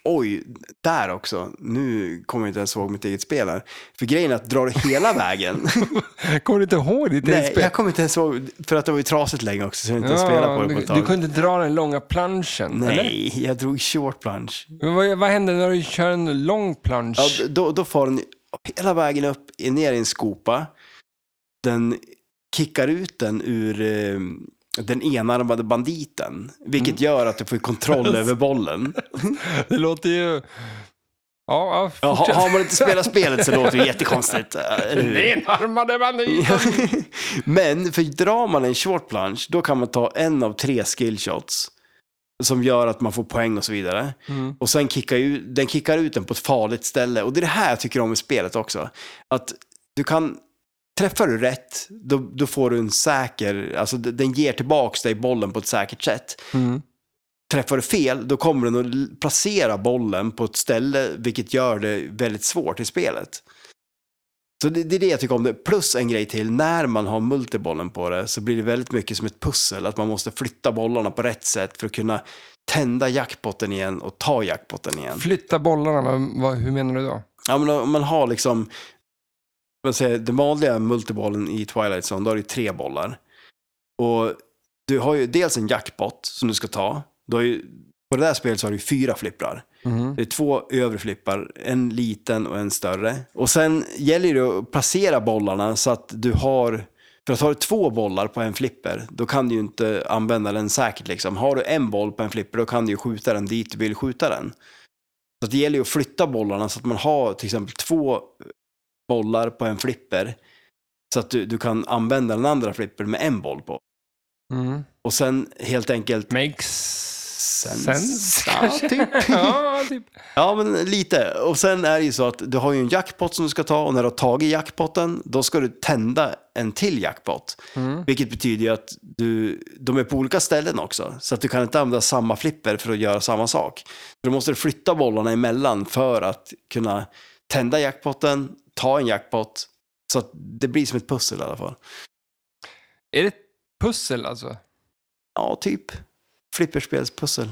A: oj, där också. Nu kommer jag inte ens ihåg mitt eget spel här. För grejen är att drar du hela vägen.
B: Kommer du inte ihåg ditt eget
A: Nej,
B: spel?
A: jag kommer inte ens ihåg. För att det var ju trasigt länge också så jag har inte ens spelat på det på
B: du,
A: ett
B: du
A: tag.
B: kunde inte dra den långa planschen? Eller?
A: Nej, jag drog short plunge.
B: Men vad, vad händer när du kör en lång plansch?
A: Ja, d- då, då får den hela vägen upp, i- ner i en skopa. Den kickar ut den ur eh, den enarmade banditen. Vilket gör att du får kontroll över bollen.
B: Det låter ju... Ja, ja
A: Ja, har,
B: fortsätt.
A: har man inte spelat spelet så låter det jättekonstigt. eller hur?
B: Enarmade banditen!
A: Men för drar man en short plunge, då kan man ta en av tre skillshots. Som gör att man får poäng och så vidare.
B: Mm.
A: Och sen kickar ju, den kickar ut den på ett farligt ställe. Och det är det här jag tycker om i spelet också. Att du kan, träffar du rätt, då, då får du en säker, alltså d- den ger tillbaks dig bollen på ett säkert sätt.
B: Mm.
A: Träffar du fel, då kommer den att l- placera bollen på ett ställe, vilket gör det väldigt svårt i spelet. Så det, det är det jag tycker om det. Plus en grej till, när man har multibollen på det så blir det väldigt mycket som ett pussel, att man måste flytta bollarna på rätt sätt för att kunna tända jackpotten igen och ta jackpotten igen.
B: Flytta bollarna, men vad, hur menar du då?
A: Ja, men om man har liksom, vad säger, jag, den vanliga multibollen i Twilight Zone, då har du tre bollar. Och du har ju dels en jackpot som du ska ta. Du har ju, på det där spelet så har du fyra flipprar.
B: Mhm.
A: Det är två övre flippar, en liten och en större. Och sen gäller det att placera bollarna så att du har, för att har du två bollar på en flipper, då kan du ju inte använda den säkert liksom. Har du en boll på en flipper, då kan du ju skjuta den dit du vill skjuta den. Så att det gäller ju att flytta bollarna så att man har till exempel två bollar på en flipper, så att du, du kan använda den andra flippern med en boll på.
B: Mm.
A: Och sen helt enkelt
B: Makes
A: Sense,
B: sense,
A: ja,
B: kanske?
A: typ.
B: ja, typ.
A: Ja, men lite. Och sen är det ju så att du har ju en jackpot som du ska ta och när du har tagit jackpotten, då ska du tända en till jackpot.
B: Mm.
A: Vilket betyder ju att du, de är på olika ställen också, så att du kan inte använda samma flipper för att göra samma sak. Då måste du flytta bollarna emellan för att kunna tända jackpotten, ta en jackpot, så att det blir som ett pussel i alla fall.
B: Är det ett pussel alltså?
A: Ja, typ. Flipperspelspussel.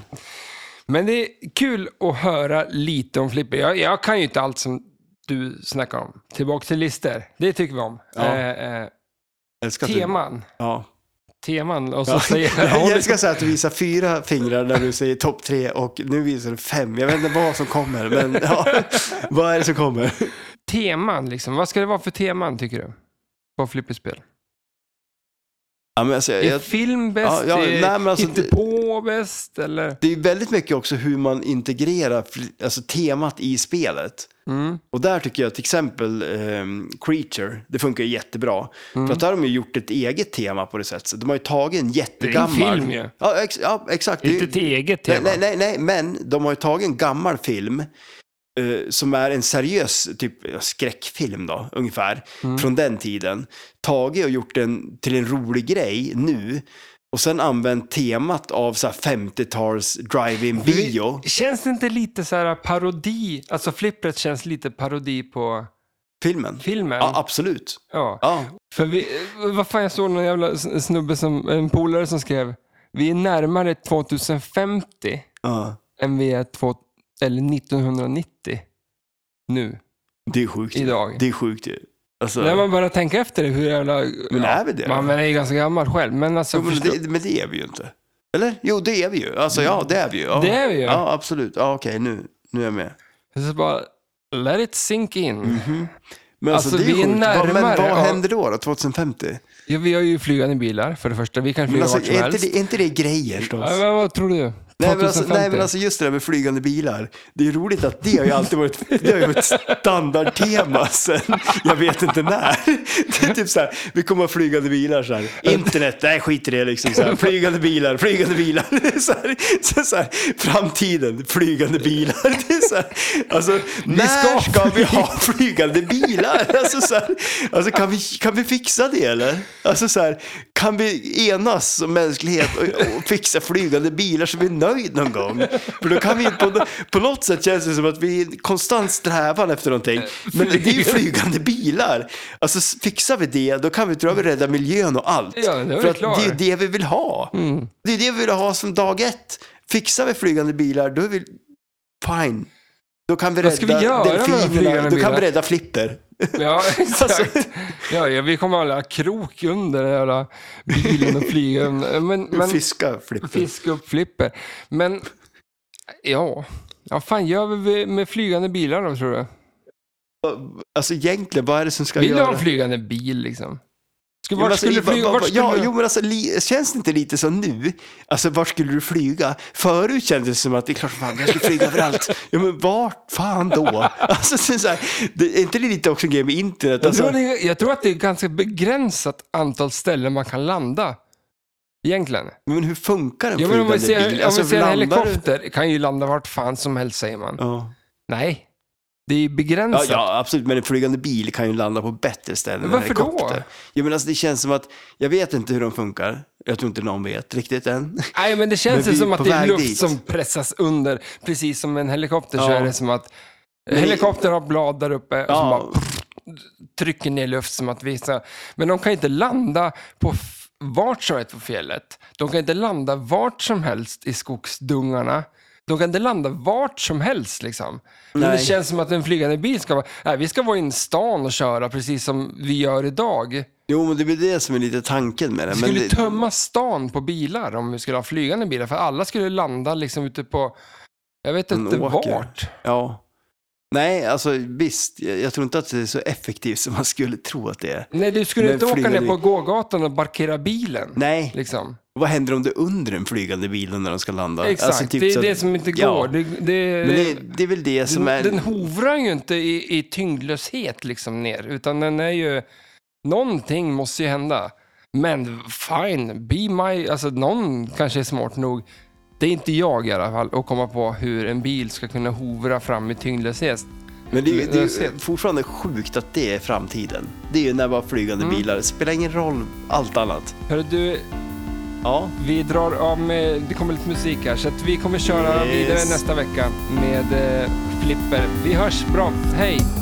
B: Men det är kul att höra lite om flipper. Jag, jag kan ju inte allt som du snackar om. Tillbaka till lister. Det tycker vi om.
A: Ja.
B: Eh, eh,
A: Älskar att du-
B: teman.
A: Ja.
B: Teman. Och så
A: Ja.
B: säger
A: Jag
B: jag...
A: älskar så här att du visar fyra fingrar när du säger topp tre och nu visar du fem. Jag vet inte vad som kommer, men ja, vad är det som kommer?
B: Teman, liksom. Vad ska det vara för teman, tycker du? På flipperspel?
A: Ja, men alltså,
B: Är
A: jag,
B: film bäst?
A: Ja, ja,
B: är
A: nej, men alltså,
B: inte
A: det-
B: på bäst? Eller?
A: det är väldigt mycket också hur man integrerar fl- alltså, temat i spelet.
B: Mm.
A: Och där tycker jag till exempel ehm, Creature, det funkar ju jättebra.
B: Mm.
A: För att där har de ju gjort ett eget tema på det sättet. De har ju tagit en
B: Det är en
A: jättegammal...
B: film ju.
A: Ja, ex- ja exakt. Det är-
B: Inte ett eget tema.
A: Nej, nej, nej, nej, men de har ju tagit en gammal film eh, som är en seriös typ ja, skräckfilm då, ungefär,
B: Mm.
A: från den tiden. Tagit och gjort den till en rolig grej nu. Och sen använt temat av så här 50-tals drive-in bio.
B: Känns det inte lite så här parodi? Alltså flippret känns lite parodi på
A: Filmen.
B: filmen.
A: Ja, absolut.
B: Ja.
A: Ja,
B: För vi, vad fan, jag såg någon jävla snubbe, som, en polare som skrev vi är närmare 2050
A: ja.
B: än vi är två, eller 1990 nu.
A: Det är sjukt. ju.
B: Idag.
A: Det är sjukt ju. Alltså,
B: När man börjar tänka efter det, hur jävla...
A: Men
B: ja,
A: är vi det?
B: Man är ju ganska gammal själv, men alltså...
A: jo, men,
B: förstå-
A: det, men det är vi ju inte. Eller? Jo, det är vi ju. Alltså, ja, det är vi ju. Ja,
B: Det är vi ju.
A: Ja, absolut. Ja, okej, nu, nu är jag med.
B: Så bara, let it sink in.
A: Mhm. Men alltså,
B: Alltså,
A: det är
B: vi är
A: sjukt. Vad-
B: närmare,
A: Men vad
B: ja.
A: händer då, då 2050?
B: Ja, vi har ju flygande bilar, för det första. Vi kan
A: Men
B: flyga
A: alltså,
B: vart som
A: är, inte
B: helst.
A: det, är inte det grejer? förstås?
B: Ja, men vad tror du?
A: Nej men, alltså,
B: 2050?
A: nej men alltså just det där med flygande bilar. Det är roligt att det har ju alltid varit, det har ju varit standardtema sen jag vet inte när. Det är typ så här, vi kommer ha flygande bilar så här. Internet, nej skit i det liksom. Så här, flygande bilar, flygande bilar. Så här, så så här, framtiden, flygande bilar. Det är så här, alltså, när
B: ska
A: ska vi ha flygande bilar? Alltså, så här, alltså kan, vi, kan vi fixa det eller? Alltså så här, kan vi enas som mänsklighet och, och fixa flygande bilar så vi är nöjda någon gång? För då kan vi på, på något sätt känns det som att vi är i konstant strävan efter någonting. Men det är ju flygande bilar. Alltså s- fixar vi det, då kan vi tror jag vi rädda miljön och allt.
B: Ja, det är Mm. väl
A: För att det
B: klart.
A: är ju det vi vill ha. Det är det vi vill ha som dag ett. Fixar vi flygande bilar, då är vi fine. Då kan vi
B: Vad ska vi
A: rädda
B: göra med de
A: delfinerna,
B: flygande
A: då kan vi
B: bilarna?
A: rädda Flipper.
B: Ja,
A: Alltså,
B: exakt. Ja, ja, vi kommer alla krok under den jävla bilen och flyga. Men, men,
A: Fiska Flipper.
B: fisk upp flipper. Men, ja. Ja, fan gör vi med flygande bilar då, tror du?
A: Alltså egentligen, vad är det som ska
B: Vill du
A: göra?
B: ha en flygande bil, liksom? Skulle,
A: Jo, men
B: vart
A: alltså,
B: skulle du
A: i-
B: flyga?
A: va-
B: Vart
A: va-
B: skulle
A: ja,
B: du...
A: jo, men alltså, li, känns det inte lite som nu? Alltså, vart skulle du flyga? Förut kändes det som att det är klart som fan, jag skulle flyga överallt. Ja, men vart fan då? Alltså, så, så här, det, är inte det lite också en grej med internet?
B: Jag, tror
A: Alltså,
B: det, jag tror att det är ganska begränsat antal ställen man kan landa. Egentligen.
A: men hur funkar en
B: Ja, men om
A: flygande
B: vi ser,
A: bil? Alltså,
B: om vi ser en
A: landar du-
B: helikopter kan ju landa vart fan som helst, säger man.
A: Ja.
B: Nej, det är ju
A: Ja,
B: begränsat.
A: ja, absolut. Men en flygande bil kan ju landa på bättre ställen än en
B: Varför då?
A: helikopter. Ja, men alltså, det känns som att, jag vet inte hur de funkar. Jag tror inte någon vet riktigt än.
B: Nej, men det känns
A: Men
B: ju
A: vi är
B: som att
A: på
B: det är
A: väg
B: luft
A: dit.
B: som pressas under. Precis som en helikopter så
A: Ja.
B: är det som att
A: Men-
B: helikoptern har blad där uppe och som
A: Ja.
B: bara pff, trycker ner luft som att vissa... Men de kan inte landa på f- vart som helst på fjället. De kan inte landa vart som helst i skogsdungarna. De kan inte landa vart som helst liksom. Men det
A: Nej.
B: känns som att en flygande bil ska vara... Nej, vi ska vara in i stan och köra precis som vi gör idag.
A: Jo, men det är väl det som är lite tanken med det.
B: Vi
A: men
B: skulle
A: det,
B: tömma stan på bilar om vi skulle ha flygande bilar, för alla skulle landa liksom ute på, jag vet
A: En
B: inte
A: åker.
B: vart.
A: Ja. Nej, alltså visst, jag, jag tror inte att det är så effektivt som man skulle tro att det är.
B: Nej, du skulle
A: Men
B: inte åka
A: flygande
B: ner på gågatan och parkera bilen.
A: Nej,
B: Liksom.
A: vad händer om det är under den flygande bilen när de ska landa?
B: Exakt,
A: Alltså, typ
B: det
A: så
B: är
A: att-
B: det som inte går.
A: Ja.
B: Det, det,
A: Men det, det är väl det som
B: den,
A: är...
B: den hovrar ju inte i, i tyngdlöshet liksom ner, utan den är ju, någonting måste ju hända. Men fine, be my, alltså någon kanske är smart nog. Det är inte jag i alla fall att komma på hur en bil ska kunna hovra fram i tyngdlöshet.
A: Men det är, ju- det är ju
B: Löshet.
A: fortfarande sjukt att det är framtiden. Det är ju när bara flygande bilar, det spelar ingen roll, allt annat.
B: Hörru du,
A: Ja,
B: vi drar av med, det kommer lite musik här, så att vi kommer köra
A: Yes.
B: vidare nästa vecka med eh, Flipper. Vi hörs, bra, hej!